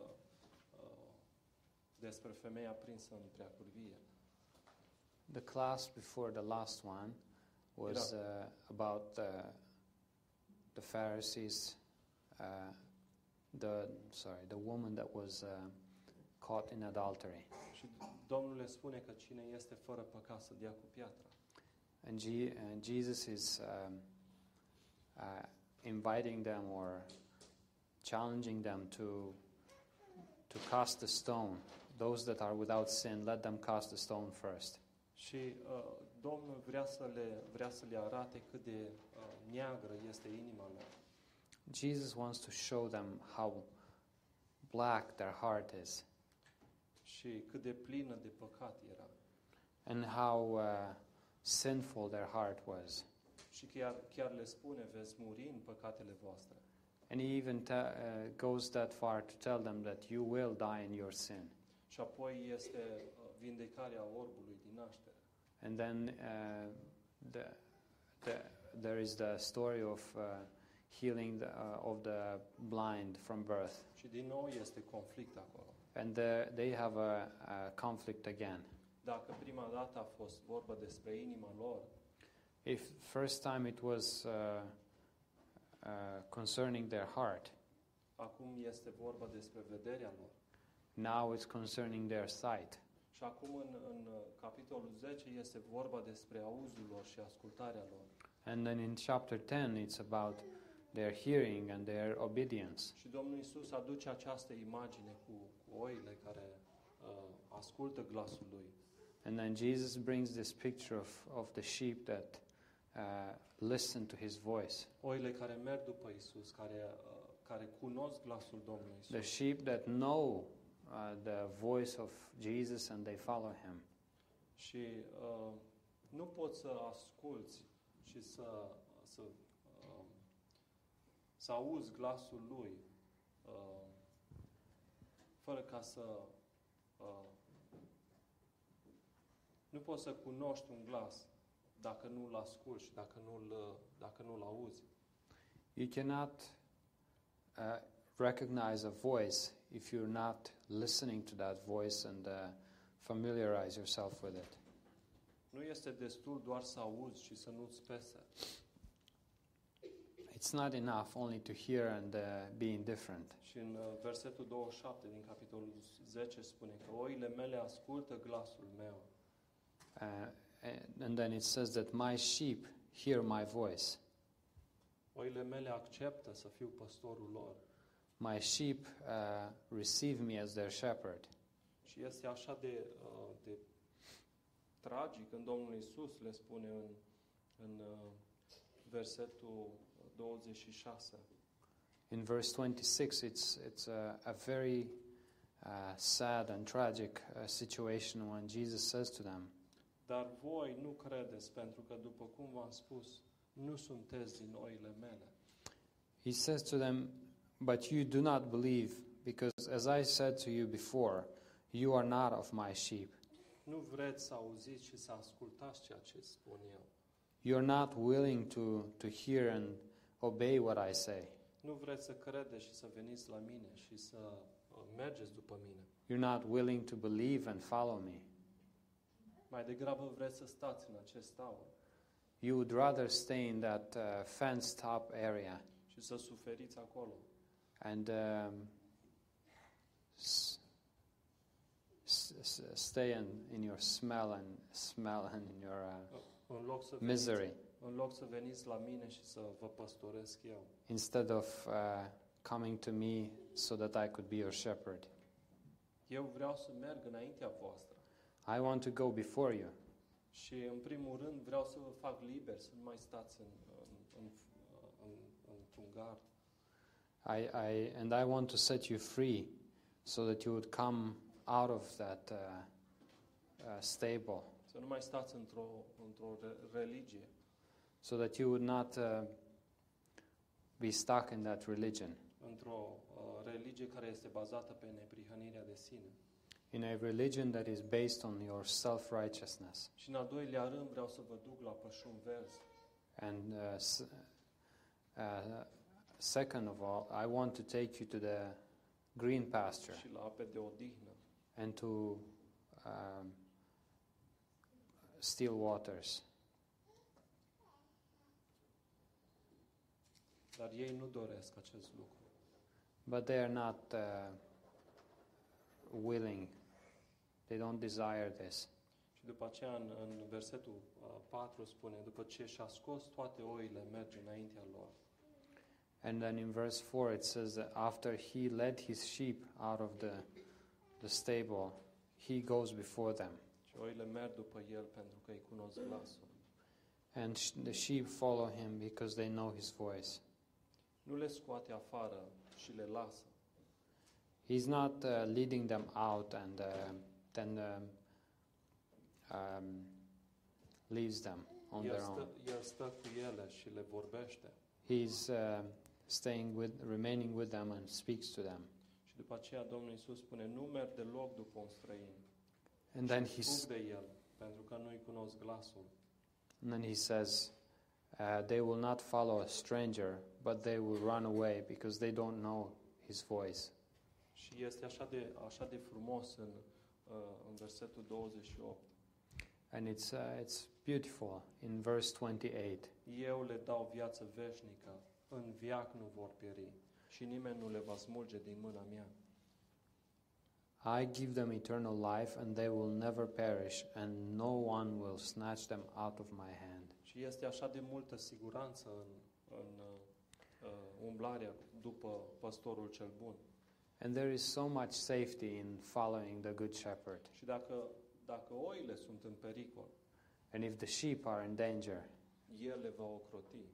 Speaker 1: uh, despre femeia prinsă în preacurvie.
Speaker 2: The class before the last one was uh, about uh, the Pharisees, uh, the sorry, the woman that was uh, caught in adultery,
Speaker 1: Și Domnul le spune că cine este fără păcat să dea cu piatra.
Speaker 2: and, Je- and Jesus is um, uh, inviting them or challenging them to to cast a stone. Those that are without sin, let them cast a stone first.
Speaker 1: Și uh, Domnul vrea să, le, vrea să le arate cât de uh, neagră este inima lor.
Speaker 2: Jesus wants to show them how black their heart is
Speaker 1: și cât de plină de păcat era
Speaker 2: and how uh, sinful their heart was.
Speaker 1: și chiar, chiar le spune, veți muri în păcatele voastre.
Speaker 2: And he even te- uh, goes that far to tell them that you will die in your sin.
Speaker 1: Și apoi este uh, vindecarea orbului din naștere.
Speaker 2: And then uh, the, the, there is the story of uh, healing the, uh, of the blind from birth.
Speaker 1: Și din nou este conflict acolo.
Speaker 2: And the, they have a, a conflict again.
Speaker 1: Dacă prima dată a fost vorba despre inima lor,
Speaker 2: If first time it was uh, uh, concerning their heart,
Speaker 1: acum este vorba despre vederea lor.
Speaker 2: now it's concerning their sight.
Speaker 1: Și acum în, în uh, capitolul 10 este vorba despre auzul lor și ascultarea lor.
Speaker 2: And then in chapter 10, it's about their hearing and their obedience.
Speaker 1: Și Domnul Isus aduce această imagine cu, cu oile care uh, ascultă glasul lui
Speaker 2: And then Jesus brings this picture of, of the sheep that uh, listen to his voice,
Speaker 1: Oile care merg după Isus, care, uh, care cunosc glasul Domnului Isus.
Speaker 2: the sheep that know uh, the voice of Jesus and they follow him.
Speaker 1: Și uh, nu poți să asculți și să, să, uh, să auzi glasul lui uh, fără ca să. Uh, nu poți să cunoști un glas dacă nu-l asculți și dacă nu-l, uh, dacă nu-l auzi.
Speaker 2: You cannot uh, recognize a voice if you're not listening to that voice and uh, familiarize yourself with it.
Speaker 1: Nu este destul doar să auzi și să nu-ți pese.
Speaker 2: It's not enough only to hear and uh, be indifferent.
Speaker 1: Și în uh, versetul 27 din capitolul 10 spune că oile mele ascultă glasul meu
Speaker 2: Uh, and then it says that my sheep hear my voice.
Speaker 1: Oile mele acceptă să fiu păstorul lor.
Speaker 2: My sheep uh, receive me as their shepherd.
Speaker 1: Și este așa de, uh, de tragic când Domnul Isus le spune în, în uh, versetul 26.
Speaker 2: In verse 26, it's, it's a, a very uh, sad and tragic uh, situation when Jesus says to them,
Speaker 1: Dar voi nu credeți, pentru că, după cum v-am spus, nu sunteți din oile mele.
Speaker 2: He says to them, But you do not believe, because as I said to you before, you are not of my sheep.
Speaker 1: Nu vreți să auziți și să ascultați ceea ce spun eu.
Speaker 2: You are not willing to, to hear and obey what I say.
Speaker 1: Nu vreți să credeți și să veniți la mine și să uh, mergeți după mine.
Speaker 2: You're not willing to believe and follow me.
Speaker 1: Mai degrabă vreți să stați în acest taur.
Speaker 2: You would rather stay in that uh, fenced up area
Speaker 1: și să suferiți acolo.
Speaker 2: and um, s- s- s- stay in, in your smell and smell and in your uh,
Speaker 1: În loc, să veniți,
Speaker 2: misery
Speaker 1: în loc să veniți la mine și să vă păstoresc eu.
Speaker 2: instead of uh, coming to me so that I could be your shepherd.
Speaker 1: Eu vreau să merg înaintea voastră.
Speaker 2: I want to go before you.
Speaker 1: Și în primul rând vreau să vă fac liber, să nu mai stați în, în, în, în, într-un gard.
Speaker 2: I, I, and I want to set you free so that you would come out of that uh, uh, stable,
Speaker 1: Să nu mai stați într-o, într-o re- religie.
Speaker 2: so that you would not uh, be stuck in that religion,
Speaker 1: Într-o uh, religie care este bazată pe neprihănirea de sine.
Speaker 2: in a religion that is based on your self righteousness.
Speaker 1: Și în al doilea rând vreau să vă duc la pășun verzi.
Speaker 2: And uh, s- uh, second of all, I want to take you to the green pasture
Speaker 1: și la ape de odihnă.
Speaker 2: and to um, still waters.
Speaker 1: Dar ei nu doresc acest lucru.
Speaker 2: But they are not uh, willing. They don't desire this.
Speaker 1: Și după aceea, în, în versetul uh, 4 spune, după ce și-a scos toate oile, merge înaintea lor.
Speaker 2: And then in verse 4 it says that after he led his sheep out of the, the stable, he goes before them.
Speaker 1: Și oile merg după el pentru că îi cunosc glasul.
Speaker 2: And sh- the sheep follow him because they know his voice.
Speaker 1: Nu le scoate afară și le lasă,
Speaker 2: He's not uh, leading them out and uh, then um, um, leaves them on
Speaker 1: el
Speaker 2: their own.
Speaker 1: stă, el stă cu ele și le vorbește.
Speaker 2: He's uh, staying with, remaining with them and speaks to them.
Speaker 1: Și după aceea Domnul Isus spune, nu merg deloc după un străin.
Speaker 2: And then
Speaker 1: și
Speaker 2: he's
Speaker 1: fug de el, pentru că nu-i cunosc glasul.
Speaker 2: And then he says, uh, They will not follow a stranger, but they will run away because they don't know his voice.
Speaker 1: Și este așa de, așa de frumos în, uh, în versetul 28.
Speaker 2: And it's, uh, it's beautiful in verse 28
Speaker 1: Eu le dau viață veșnică, în viac nu vor pieri și nimeni nu le va smulge din mâna mea.
Speaker 2: I give them eternal life, and they will never perish, and no one will snatch them out of my hand.
Speaker 1: Și este așa de multă siguranță în, în uh, uh, umblarea după păstorul cel bun.
Speaker 2: And there is so much safety in following the Good Shepherd.
Speaker 1: Și dacă, Dacă oile sunt în pericol,
Speaker 2: And if the sheep are in danger,
Speaker 1: el le va ocroti.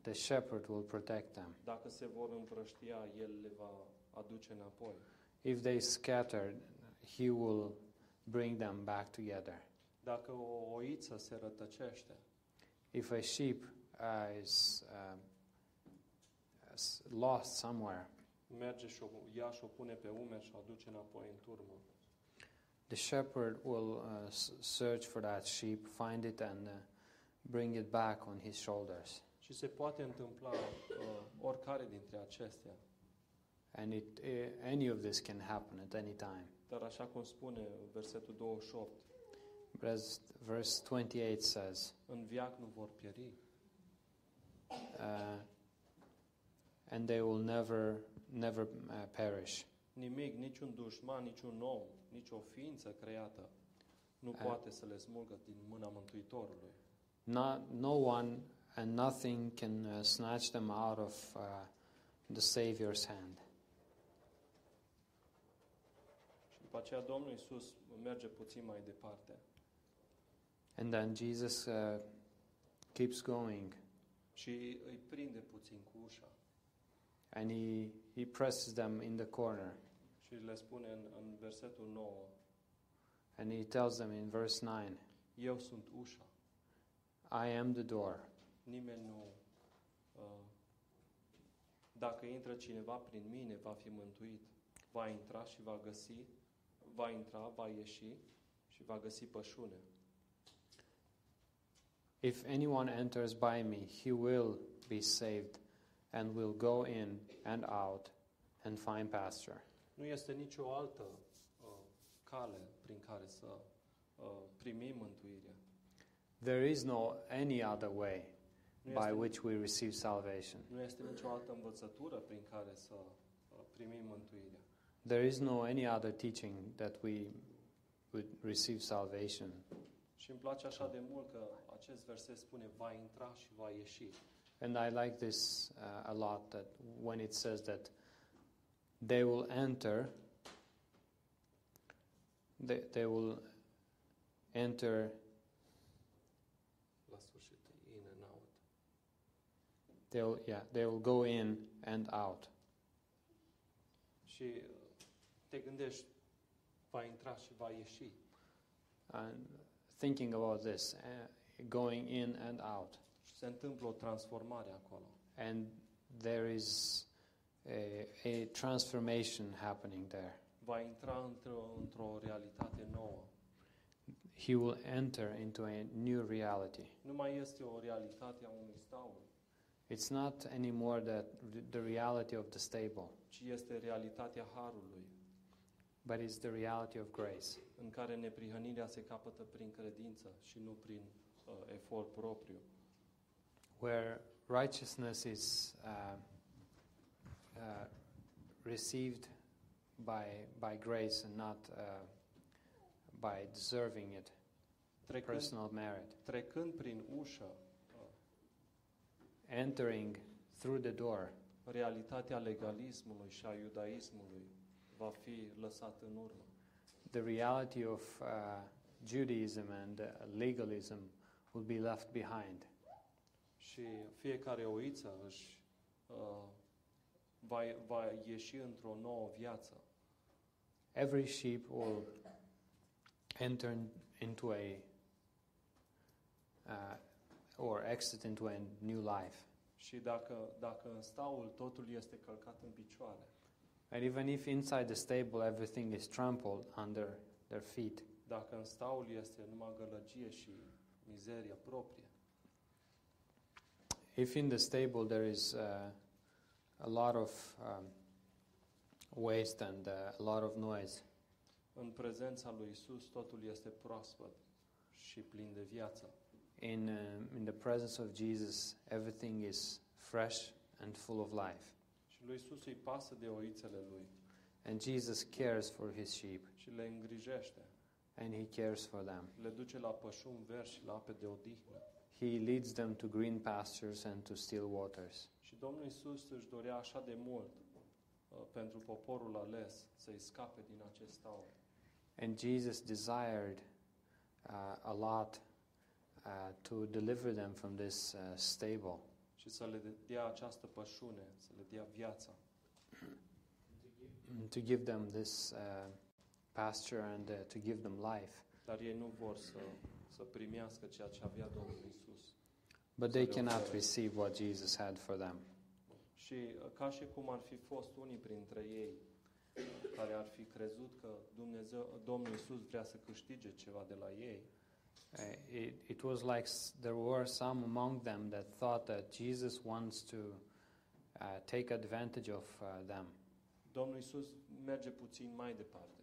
Speaker 2: the shepherd will protect them.
Speaker 1: Dacă se vor împrăștia, el le va aduce înapoi.
Speaker 2: If they scatter, he will bring them back together.
Speaker 1: Dacă o oiță se rătăcește,
Speaker 2: If a sheep uh, is um, s- lost somewhere,
Speaker 1: merge și o, ea și o pune pe umeri și o aduce înapoi în turmă.
Speaker 2: the shepherd will uh, s- search for that sheep, find it, and uh, bring it back on his shoulders.
Speaker 1: Și se poate întâmpla uh, oricare dintre acestea.
Speaker 2: And it, eh, any of this can happen at any time.
Speaker 1: Dar așa cum spune versetul 28,
Speaker 2: But as verse 28 says,
Speaker 1: în viac nu vor pieri,
Speaker 2: uh, and they will never, never uh, perish.
Speaker 1: Nimic, niciun dușman, niciun om, nicio ființă creată nu
Speaker 2: A.
Speaker 1: poate să le smulgă din mâna Mântuitorului.
Speaker 2: Not, no one and nothing can uh, snatch them out of uh, the Savior's hand.
Speaker 1: Și după aceea Domnul Iisus merge puțin mai departe
Speaker 2: And then Jesus uh, keeps going
Speaker 1: și îi prinde puțin cu ușa
Speaker 2: and he, he presses them in the corner.
Speaker 1: și le spune în, în versetul 9,
Speaker 2: And he tells them in verse 9,
Speaker 1: Eu sunt ușa,
Speaker 2: I am the door.
Speaker 1: nimeni nu... Uh, dacă intră cineva prin mine, va fi mântuit. Va intra și va găsi, va intra, va ieși și va găsi pășune.
Speaker 2: If anyone enters by me, he will be saved and will go in and out and find pasture.
Speaker 1: Nu este nicio altă uh, cale prin care să uh, primim mântuirea.
Speaker 2: There is no any other way
Speaker 1: Nu
Speaker 2: by
Speaker 1: este,
Speaker 2: which we receive salvation.
Speaker 1: nu este nicio altă învățătură prin care să uh, primim mântuirea.
Speaker 2: There is no any other teaching that we would receive salvation.
Speaker 1: Și îmi place așa de mult că acest verset spune va intra și va ieși.
Speaker 2: And I like this uh, a lot that when it says that they will enter, they, they will enter,
Speaker 1: La sfârșit, in and out.
Speaker 2: they'll, yeah, they will go in and out.
Speaker 1: Și uh, te gândești, va intra și va ieși.
Speaker 2: And thinking about this, uh, going in and out.
Speaker 1: Și se întâmplă o transformare acolo.
Speaker 2: And there is a, a transformation happening there.
Speaker 1: Va intra într-o, într-o realitate nouă.
Speaker 2: He will enter into a new reality.
Speaker 1: Nu mai este o realitate a unui staul,
Speaker 2: It's not anymore that the reality of the stable,
Speaker 1: ci este realitatea harului.
Speaker 2: but it's the reality of grace,
Speaker 1: în care neprihănirea se capătă prin credință și nu prin uh, efort propriu.
Speaker 2: where righteousness is uh, uh, received by by grace and not uh, by deserving it,
Speaker 1: Trecând,
Speaker 2: personal merit.
Speaker 1: trecând prin ușă, uh,
Speaker 2: Entering through the door,
Speaker 1: realitatea legalismului și a iudaismului va fi lăsat în urmă.
Speaker 2: the reality of uh, Judaism and uh, legalism will be left behind.
Speaker 1: Și fiecare oiță își uh, va, va ieși într-o nouă viață.
Speaker 2: every sheep will enter into a uh, or exit into a new life.
Speaker 1: Și dacă, dacă în staul totul este călcat în picioare,
Speaker 2: And even if inside the stable everything is trampled under their feet,
Speaker 1: dacă în staul este numai gălăgie și mizeria proprie,
Speaker 2: if in the stable there is uh, a lot of um, waste and uh, a lot of noise,
Speaker 1: În prezența lui Isus totul este proaspăt și plin de viață.
Speaker 2: in, um in the presence of Jesus, everything is fresh and full of life.
Speaker 1: Și lui Isus îi pasă de oițele lui
Speaker 2: And Jesus cares for his sheep
Speaker 1: și le îngrijește,
Speaker 2: and he cares for them.
Speaker 1: le duce la pășuni verzi și la ape de odihnă.
Speaker 2: He leads them to green pastures and to still waters.
Speaker 1: Și Domnul Isus își dorea așa de mult uh, pentru poporul ales să-i scape din acest aur.
Speaker 2: And Jesus desired uh, a lot uh, to deliver them from this uh, stable
Speaker 1: și să le dea această pășune, să le dea viața.
Speaker 2: mm, to give them this uh, pasture and uh, to give them life
Speaker 1: Dar ei nu vor să, să primească ceea ce avea Domnul Isus.
Speaker 2: but they
Speaker 1: Sorry,
Speaker 2: cannot
Speaker 1: okay.
Speaker 2: receive what jesus had for them
Speaker 1: Și uh, ca și cum ar fi fost unii printre ei care ar fi crezut că Dumnezeu, Domnul Isus vrea să câștige ceva de la ei,
Speaker 2: Uh, it, it was like s- there were some among them that thought that Jesus wants to uh, take advantage of uh, them.
Speaker 1: Domnul Isus merge puțin mai departe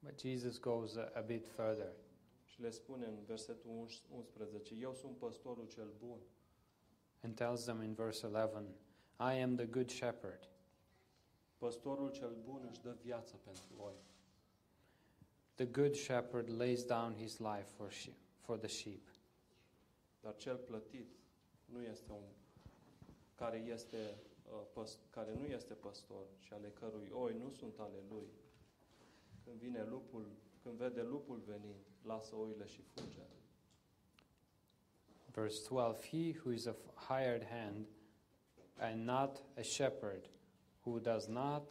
Speaker 2: But Jesus goes a, a bit further.
Speaker 1: și le spune în versetul 11, Eu sunt păstorul cel bun.
Speaker 2: and tells them in verse 11, I am the good shepherd.
Speaker 1: Păstorul cel bun își dă viața pentru voi.
Speaker 2: The good shepherd lays down his life for, she- for the sheep.
Speaker 1: Dar cel plătit nu este un care, este, uh, păs, care nu este păstor și ale cărui oi nu sunt ale lui. Când vine lupul, când vede lupul venind, lasă oile și fuge.
Speaker 2: Verse 12, He who is a f- hired hand and not a shepherd, who does not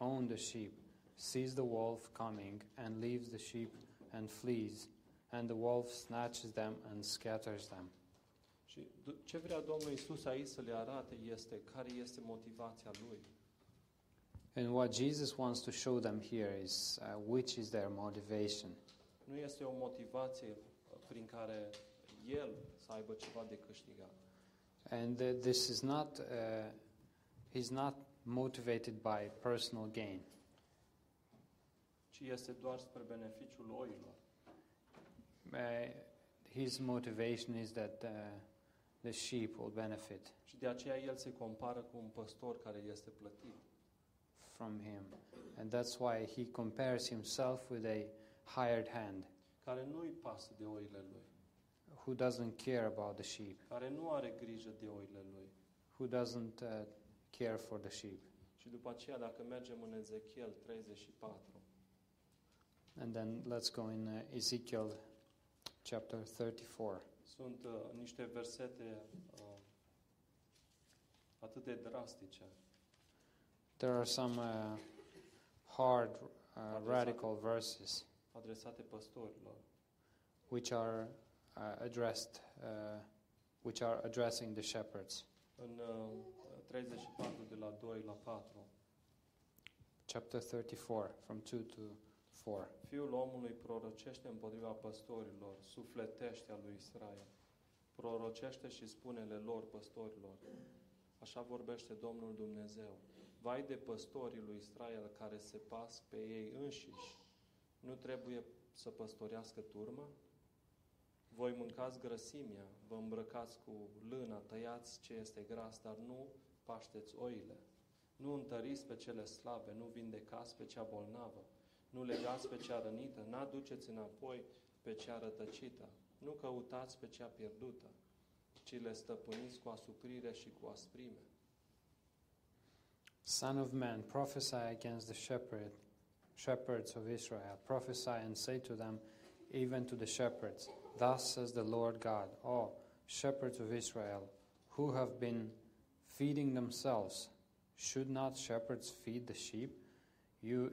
Speaker 2: own the sheep, sees the wolf coming and leaves the sheep and flees, and the wolf snatches them and scatters them.
Speaker 1: Și d- ce vrea Domnul Isus aici să le arate este care este motivația lui.
Speaker 2: And what Jesus wants to show them here is uh, which is their motivation.
Speaker 1: Nu este o motivație uh, prin care el să aibă ceva de câștigat.
Speaker 2: And uh, this is not, uh, he's not motivated by personal gain,
Speaker 1: ci este doar spre beneficiul oilor.
Speaker 2: uh, his motivation is that uh, the sheep will benefit
Speaker 1: Și de aceea el se compară cu un păstor care este plătit.
Speaker 2: from him. And that's why he compares himself with a hired hand
Speaker 1: care nu-i pasă de oile lui,
Speaker 2: who doesn't care about the sheep,
Speaker 1: care nu are grijă de oile lui.
Speaker 2: who doesn't uh, care for the sheep.
Speaker 1: Și după aceea, dacă mergem în Ezechiel 34,
Speaker 2: And then let's go in uh, Ezekiel chapter 34.
Speaker 1: sunt uh, niște versete uh, atât de drastice,
Speaker 2: There are some uh, hard, uh,
Speaker 1: Adresate.
Speaker 2: radical verses.
Speaker 1: adresate păstorilor.
Speaker 2: which are uh, addressed, uh, which are addressing the shepherds.
Speaker 1: În uh, 34, de la 2 la 4,
Speaker 2: Chapter 34, from 2 to 4.
Speaker 1: Fiul omului prorocește împotriva păstorilor, sufletește a lui Israel. Prorocește și spune-le lor păstorilor. Așa vorbește Domnul Dumnezeu. Vai de păstorii lui Israel care se pasc pe ei înșiși. Nu trebuie să păstorească turma? Voi mâncați grăsimea, vă îmbrăcați cu lână, tăiați ce este gras, dar nu pașteți oile. Nu întăriți pe cele slabe, nu vindecați pe cea bolnavă. Nu legați pe cea rănită, n-aduceți înapoi pe cea rătăcită, nu căutați pe cea pierdută, ci le stăpâniți cu asuprire și cu asprime.
Speaker 2: Son of man, prophesy against the shepherd, shepherds of Israel. Prophesy and say to them, even to the shepherds, Thus says the Lord God, O shepherds of Israel, who have been feeding themselves, should not shepherds feed the sheep? You,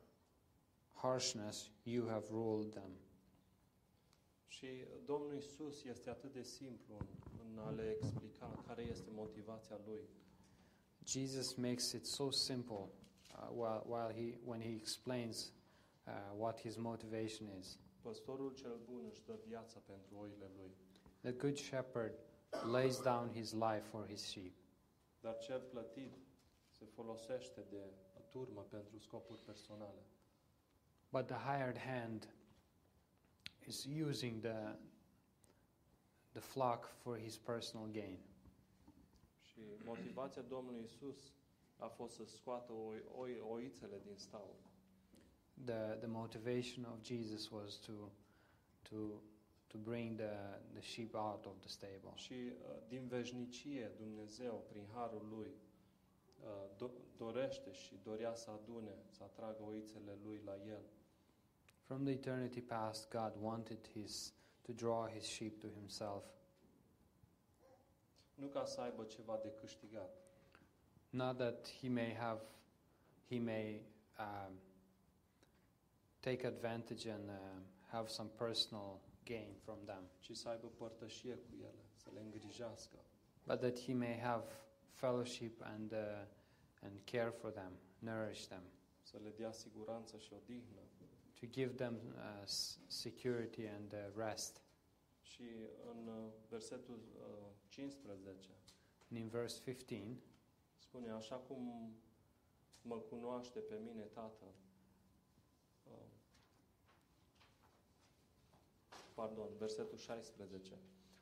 Speaker 2: harshness you have ruled them.
Speaker 1: Și Domnul Isus este atât de simplu în, în a le explica care este motivația Lui.
Speaker 2: Jesus makes it so simple uh, while, while he, when he explains uh, what his motivation is.
Speaker 1: Păstorul cel bun își dă viața pentru oile Lui,
Speaker 2: The good shepherd lays down his life for his sheep,
Speaker 1: dar cel plătit se folosește de turmă pentru scopuri personale.
Speaker 2: but the hired hand is using the the flock for his personal gain.
Speaker 1: Și motivația Domnului Isus a fost să scoată oi, oi, oițele din staul.
Speaker 2: The, the motivation of Jesus was to, to, to bring the, the sheep out of the stable.
Speaker 1: Și uh, din veșnicie Dumnezeu, prin harul Lui, uh, do- dorește și dorea să adune, să atragă oițele Lui la El.
Speaker 2: From the eternity past, God wanted his, to draw his sheep to himself,
Speaker 1: Nu ca să aibă ceva de câștigat,
Speaker 2: not that he may have, he may um, take advantage and um have some personal gain from them,
Speaker 1: ci să aibă părtășie cu ele, să le îngrijească.
Speaker 2: but that he may have fellowship and, uh, and care for them, nourish them,
Speaker 1: să le dea siguranță și odihnă.
Speaker 2: to give them uh, s- security and uh, rest.
Speaker 1: Și în uh, versetul uh, 15
Speaker 2: And in verse 15,
Speaker 1: spune, așa cum mă cunoaște pe mine Tatăl, uh, pardon, versetul 16,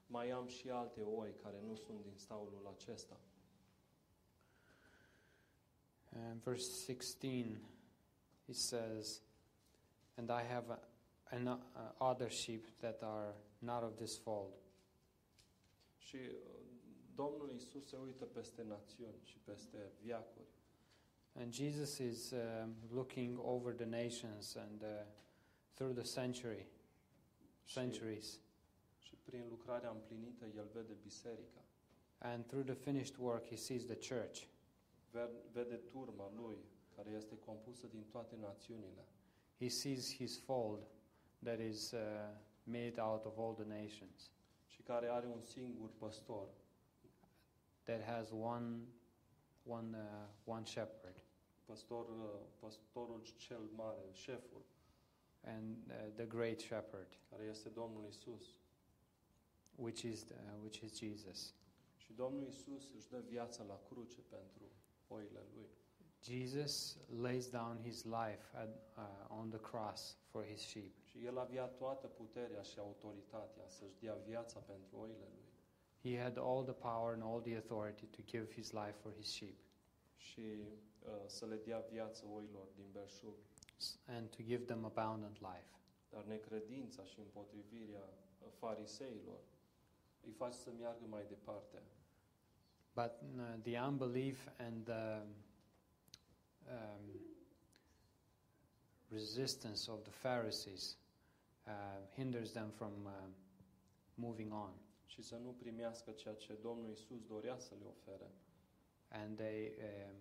Speaker 1: mai am și alte oi care nu sunt din staulul acesta.
Speaker 2: And um, verse 16, it says, And I have a, an, uh, other sheep that are not of this fold.
Speaker 1: Și uh, Domnul Isus se uită peste națiuni și peste viacuri
Speaker 2: And Jesus is um, looking over the nations and uh, through the century,
Speaker 1: și,
Speaker 2: centuries.
Speaker 1: și prin lucrarea împlinită El vede biserica,
Speaker 2: And through the finished work, he sees the church.
Speaker 1: Ver- vede turma Lui care este compusă din toate națiunile.
Speaker 2: He sees his fold that is uh, made out of all the nations,
Speaker 1: și care are un singur păstor
Speaker 2: that has one, one, uh, one shepherd.
Speaker 1: păstor, uh, păstorul cel mare, șeful,
Speaker 2: and uh, the great shepherd,
Speaker 1: care este Domnul Isus.
Speaker 2: which is, uh, which is Jesus.
Speaker 1: Și Domnul Isus își dă viața la cruce pentru oile lui.
Speaker 2: Jesus lays down his life at, uh, on the cross for his sheep,
Speaker 1: Și el avea toată puterea și autoritatea să-și dea viața pentru oile lui.
Speaker 2: he had all the power and all the authority to give his life for his sheep
Speaker 1: Și uh, să le dea viață oilor din belșug.
Speaker 2: s- and to give them abundant life.
Speaker 1: Dar necredința și împotrivirea uh, fariseilor îi face să meargă mai departe.
Speaker 2: But uh, the unbelief and the um, resistance of the Pharisees uh, hinders them from uh, moving on.
Speaker 1: Și să nu primească ceea ce Domnul Isus dorea să le ofere.
Speaker 2: and they um,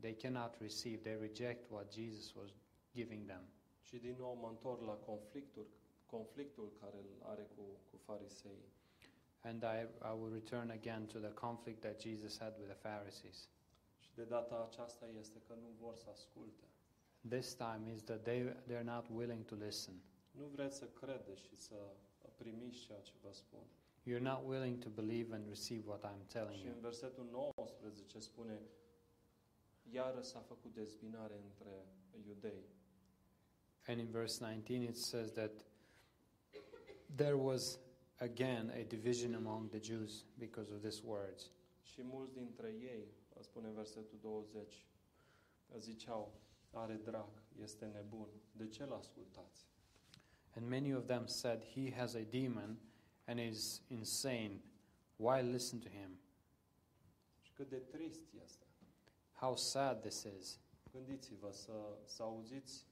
Speaker 2: they cannot receive they reject what jesus was giving them
Speaker 1: Și din nou mă întorc la conflictul, conflictul care îl are cu, cu fariseii.
Speaker 2: and I, I will return again to the conflict that jesus had with the pharisees
Speaker 1: Și de data aceasta este că nu vor să asculte.
Speaker 2: this time is that they they're not willing to listen
Speaker 1: Nu vreți să credeți și să primiți ceea ce vă spun.
Speaker 2: you're not willing to believe and receive what i'm telling
Speaker 1: Și
Speaker 2: you
Speaker 1: în versetul 19 spune, iară s-a făcut dezbinare între iudei.
Speaker 2: and in verse 19 it says that there was again a division among the jews because of these words
Speaker 1: Și mulți dintre ei, spune în versetul 20, ziceau, are drag, este nebun, de ce l ascultați?
Speaker 2: And many of them said, He has a demon and is insane. Why listen to him?
Speaker 1: Și cât de trist este.
Speaker 2: How sad this is.
Speaker 1: Gândiți-vă să, să auziți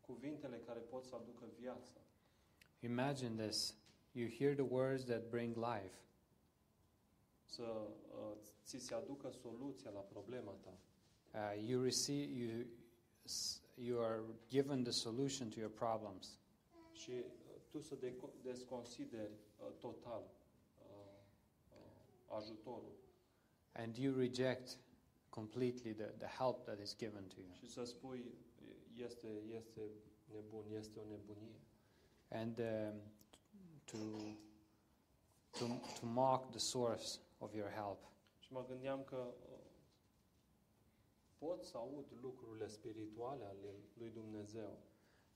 Speaker 1: cuvintele care pot să aducă viață
Speaker 2: Imagine this. You hear the words that bring life,
Speaker 1: să uh, ți se aducă soluția la problema ta.
Speaker 2: uh, you, receive, you, s- you are given the solution to your problems,
Speaker 1: Și uh, tu să deco- desconsideri uh, total uh, uh, ajutorul
Speaker 2: and you reject completely the, the help that is given to you.
Speaker 1: și să spui este, este nebun, este o nebunie.
Speaker 2: And um, to, to, to mock the source of your help.
Speaker 1: Și mă gândeam că uh, pot să aud lucrurile spirituale ale lui Dumnezeu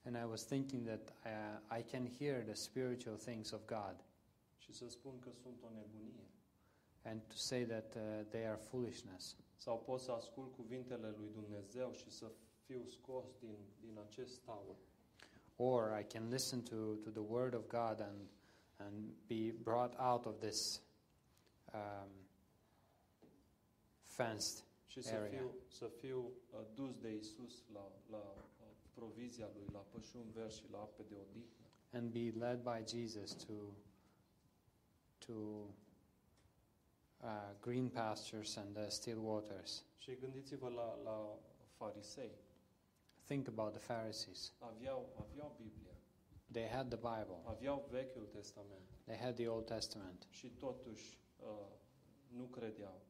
Speaker 2: And I was thinking that uh, I can hear the spiritual things of God,
Speaker 1: și să spun că sunt o nebunie.
Speaker 2: and to say that uh, they are foolishness.
Speaker 1: Sau pot să ascult cuvintele lui Dumnezeu și să fiu scos din, din acest taur.
Speaker 2: Or I can listen to, to the word of God and, and be brought out of this um, fenced
Speaker 1: și să
Speaker 2: Area.
Speaker 1: fiu, să fiu uh, dus de Isus la, la uh, provizia lui, la pășun verzi și la ape de odihnă.
Speaker 2: and be led by Jesus to to uh, green pastures and uh, still waters.
Speaker 1: Și gândiți-vă la, la farisei.
Speaker 2: Think about the Pharisees.
Speaker 1: Aveau, aveau Biblia,
Speaker 2: They had the Bible.
Speaker 1: aveau Vechiul Testament
Speaker 2: They had the Old Testament,
Speaker 1: și totuși uh, nu credeau.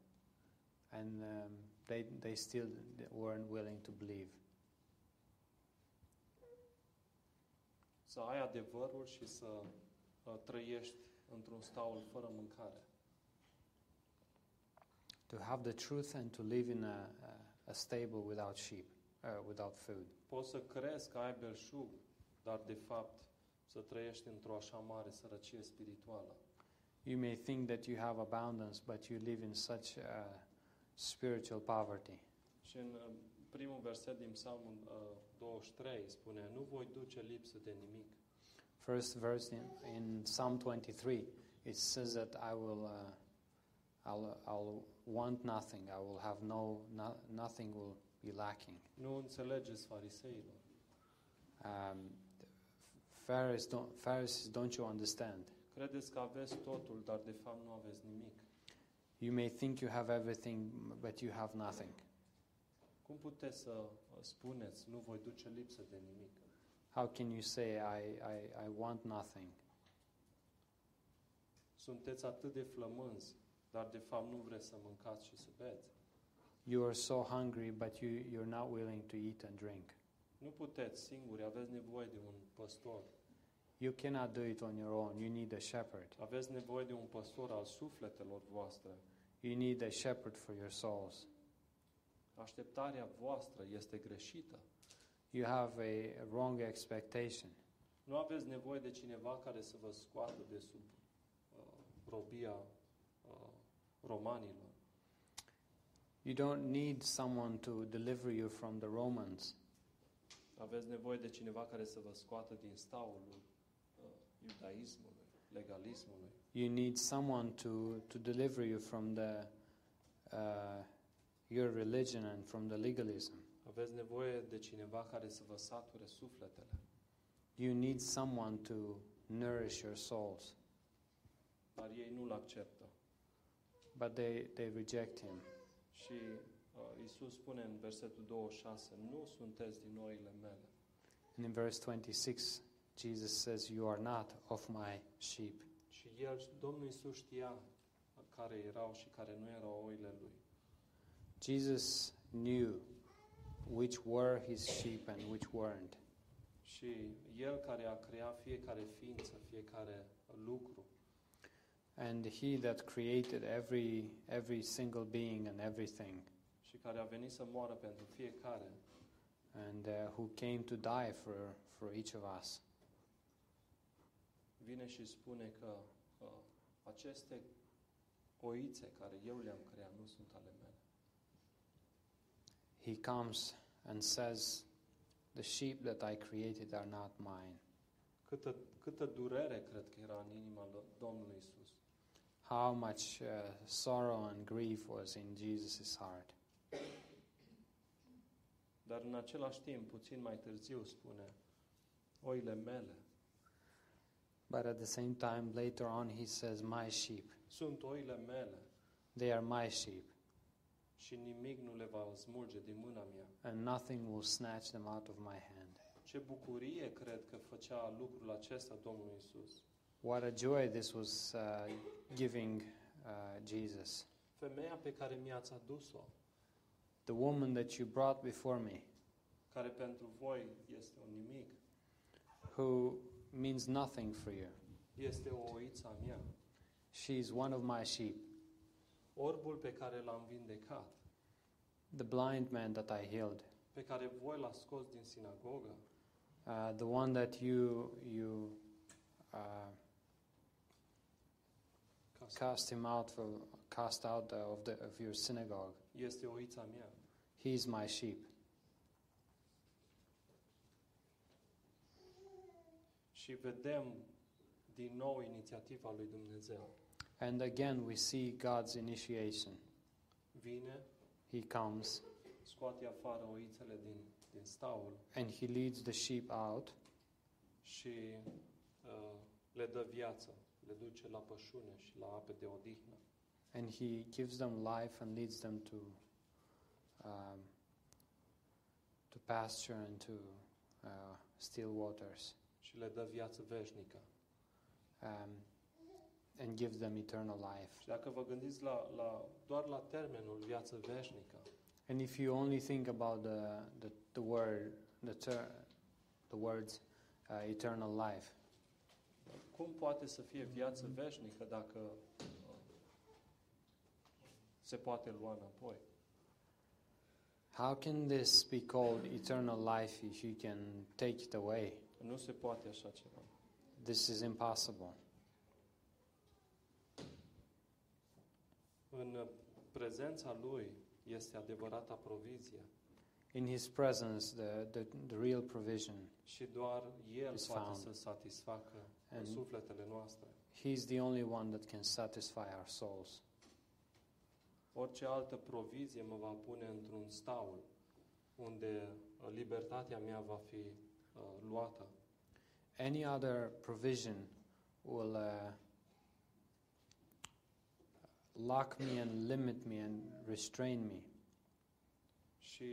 Speaker 2: and um, they they still weren't willing to believe.
Speaker 1: Să ai adevărul și să uh, trăiești într-un staul fără mâncare.
Speaker 2: To have the truth and to live in a, a, a stable without sheep, uh, without food.
Speaker 1: Poți să crezi că ai belșug, dar de fapt să trăiești într-o așa mare sărăcie spirituală.
Speaker 2: You may think that you have abundance, but you live in such uh, spiritual poverty.
Speaker 1: Și în uh, primul verset din Psalmul uh, 23 spune, nu voi duce lipsă de nimic.
Speaker 2: First verse in, in Psalm 23, it says that I will, uh, I'll, I'll want nothing. I will have no, no nothing will be lacking.
Speaker 1: Nu înțelegeți fariseilor.
Speaker 2: Um, Pharisees, don't, Pharisees, don't you understand?
Speaker 1: Credeți că aveți totul, dar de fapt nu aveți nimic.
Speaker 2: You may think you have everything, but you have nothing.
Speaker 1: Cum puteți să uh, spuneți, nu voi duce lipsă de nimic?
Speaker 2: How can you say I, I, I want nothing?
Speaker 1: Sunteți atât de flămânzi, dar de fapt nu vreți să mâncați și să beți.
Speaker 2: You are so hungry, but you, you're not willing to eat and drink.
Speaker 1: Nu puteți singuri, aveți nevoie de un păstor.
Speaker 2: You cannot do it on your own. You need a shepherd.
Speaker 1: Aveți nevoie de un păstor al sufletelor voastre.
Speaker 2: You need a shepherd for your souls.
Speaker 1: Așteptarea voastră este greșită.
Speaker 2: You have a wrong expectation.
Speaker 1: Nu aveți nevoie de cineva care să vă scoată de sub uh, robia uh, romanilor.
Speaker 2: You don't need someone to deliver you from the Romans.
Speaker 1: Aveți nevoie de cineva care să vă scoată din staulul uh, iudaismului, legalismului.
Speaker 2: You need someone to, to deliver you from the uh, your religion and from the legalism.
Speaker 1: Aveți nevoie de cineva care să vă sature sufletele.
Speaker 2: You need someone to nourish your souls.
Speaker 1: Dar ei nu-l acceptă.
Speaker 2: But they, they reject him.
Speaker 1: Și uh, Isus spune în versetul 26, nu sunteți din noile mele.
Speaker 2: And in verse 26, Jesus says, You are not of my sheep.
Speaker 1: Și el, Domnul Isus știa care erau și care nu erau oile lui.
Speaker 2: Jesus knew which were his sheep and which weren't.
Speaker 1: Și El care a creat fiecare ființă, fiecare lucru,
Speaker 2: and he that created every every single being and everything
Speaker 1: și care a venit să moară pentru fiecare,
Speaker 2: and uh, who came to die for for each of us
Speaker 1: vine și spune că uh, aceste oițe care eu le-am creat nu sunt ale mele.
Speaker 2: he comes and says the sheep that i created are not mine
Speaker 1: Câtă, câtă durere cred că era în inima lo- Domnului Isus.
Speaker 2: how much uh, sorrow and grief was in jesus' heart
Speaker 1: Dar în același timp, puțin mai târziu, spune, oile mele
Speaker 2: but at the same time later on he says my sheep
Speaker 1: sunt oile mele
Speaker 2: they are my sheep
Speaker 1: și nimic nu le va smulge din mâna mea.
Speaker 2: and nothing will snatch them out of my hand
Speaker 1: Ce bucurie cred că făcea lucrul acesta Domnul Isus.
Speaker 2: what a joy this was uh, giving uh, jesus
Speaker 1: Femeia pe care mi-ați adus-o,
Speaker 2: the woman that you brought before me,
Speaker 1: care pentru voi este un nimic,
Speaker 2: who means nothing for you.
Speaker 1: este o oiță a mea.
Speaker 2: She is one of my sheep,
Speaker 1: Orbul pe care l-am vindecat,
Speaker 2: the blind man that I healed,
Speaker 1: pe care voi l-ați scos din sinagogă,
Speaker 2: uh, the one that you you uh,
Speaker 1: acasă.
Speaker 2: Cast him out from, cast out uh, of, the, of your synagogue.
Speaker 1: Este oița mea.
Speaker 2: He is my sheep.
Speaker 1: Și vedem din nou inițiativa lui Dumnezeu.
Speaker 2: And again, we see God's initiation.
Speaker 1: Vine,
Speaker 2: He comes
Speaker 1: scoate afară oițele din, din staul
Speaker 2: and he leads the sheep out
Speaker 1: și uh, le dă viață, le duce la pășune și la ape de odihnă.
Speaker 2: and he gives them life and leads them to um, to pasture and to uh, still waters
Speaker 1: și le dă viață veșnică.
Speaker 2: um, and gives them eternal life.
Speaker 1: Și dacă vă gândiți la, la, doar la termenul viață veșnică,
Speaker 2: And if you only think about the the, the word the ter- the words uh, eternal life,
Speaker 1: cum poate să fie viață veșnică dacă uh, se poate lua înapoi?
Speaker 2: how can this be called eternal life if you can take it away?
Speaker 1: Nu se poate așa ceva.
Speaker 2: This is impossible.
Speaker 1: În uh, prezența Lui este adevărata provizie
Speaker 2: In His presence, the, the, the real provision.
Speaker 1: și doar El
Speaker 2: It's
Speaker 1: poate
Speaker 2: found.
Speaker 1: să satisfacă în
Speaker 2: And-
Speaker 1: sufletele noastre.
Speaker 2: He's the only one that can satisfy our souls.
Speaker 1: Orice altă provizie mă va pune într-un staul unde uh, libertatea mea va fi uh, luată.
Speaker 2: Any other provision will uh, lock me and limit me and restrain me.
Speaker 1: Și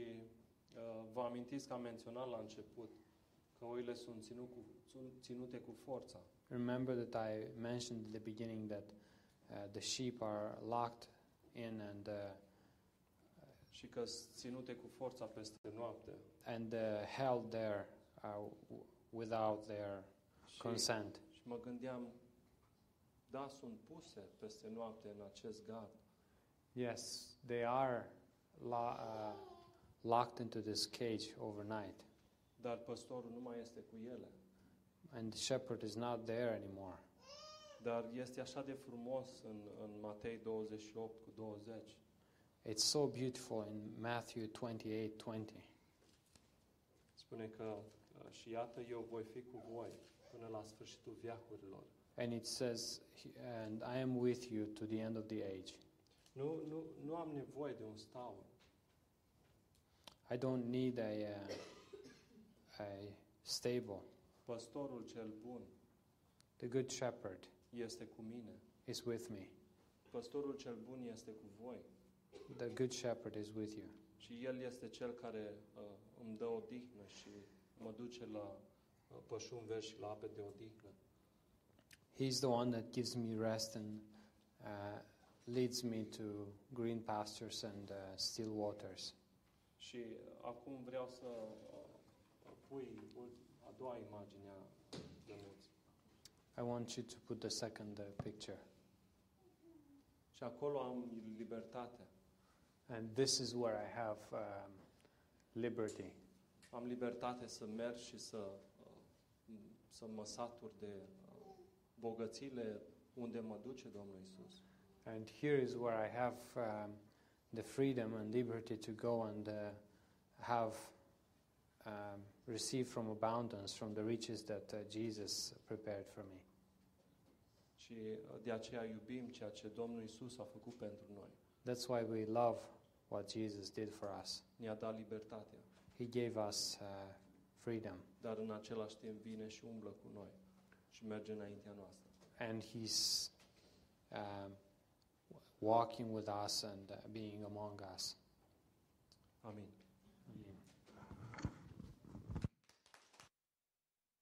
Speaker 1: uh, vă amintiți că am menționat la început că oile sunt, ținut cu, sunt ținute cu forța.
Speaker 2: Remember that I mentioned at the beginning that uh, the sheep are locked in and uh,
Speaker 1: Și că sunt ținute cu forța peste noapte.
Speaker 2: and uh, held there uh, w- without their
Speaker 1: Și,
Speaker 2: consent.
Speaker 1: și mă gândeam, da, sunt puse peste noapte în acest gard,
Speaker 2: Yes, they are lo- uh, locked into this cage overnight.
Speaker 1: dar păstorul nu mai este cu ele.
Speaker 2: and the shepherd is not there anymore.
Speaker 1: Dar este așa de frumos în, în Matei 28 cu 20.
Speaker 2: It's so beautiful in Matthew 28 20.
Speaker 1: Spune că, uh, și iată, eu voi fi cu voi până la sfârșitul veacurilor.
Speaker 2: And it says, "He- And I am with you to the end of the age.
Speaker 1: Nu, nu, nu am nevoie de un staul.
Speaker 2: I don't need a, uh, a stable.
Speaker 1: Păstorul cel bun
Speaker 2: The good shepherd
Speaker 1: este cu mine.
Speaker 2: is with me.
Speaker 1: Păstorul cel bun este cu voi
Speaker 2: The good shepherd is with you.
Speaker 1: și El este Cel care uh, îmi dă odihnă și mă duce la uh, pășuni verzi și la ape de odihnă.
Speaker 2: He's the one that gives me rest and uh, leads me to green pastures and uh, still waters.
Speaker 1: Și uh, acum vreau să uh, pui ul- a doua imagine a Dănuț.
Speaker 2: I want you to put the second uh, picture.
Speaker 1: Și acolo am libertate.
Speaker 2: And this is where I have um, liberty.
Speaker 1: Am libertate să merg și să, uh, m- să mă satur de uh, bogățiile unde mă duce Domnul Isus.
Speaker 2: And here is where I have um, the freedom and liberty to go and uh, have um, receive from abundance from the riches that uh, Jesus prepared for me.
Speaker 1: Și uh, de aceea iubim ceea ce Domnul Isus a făcut pentru noi.
Speaker 2: That's why we love what Jesus did for us.
Speaker 1: Ne-a dat libertatea,
Speaker 2: He gave us uh, freedom,
Speaker 1: dar în același timp vine și umblă cu noi și merge înaintea noastră.
Speaker 2: and He's um, walking with us and uh, being among us.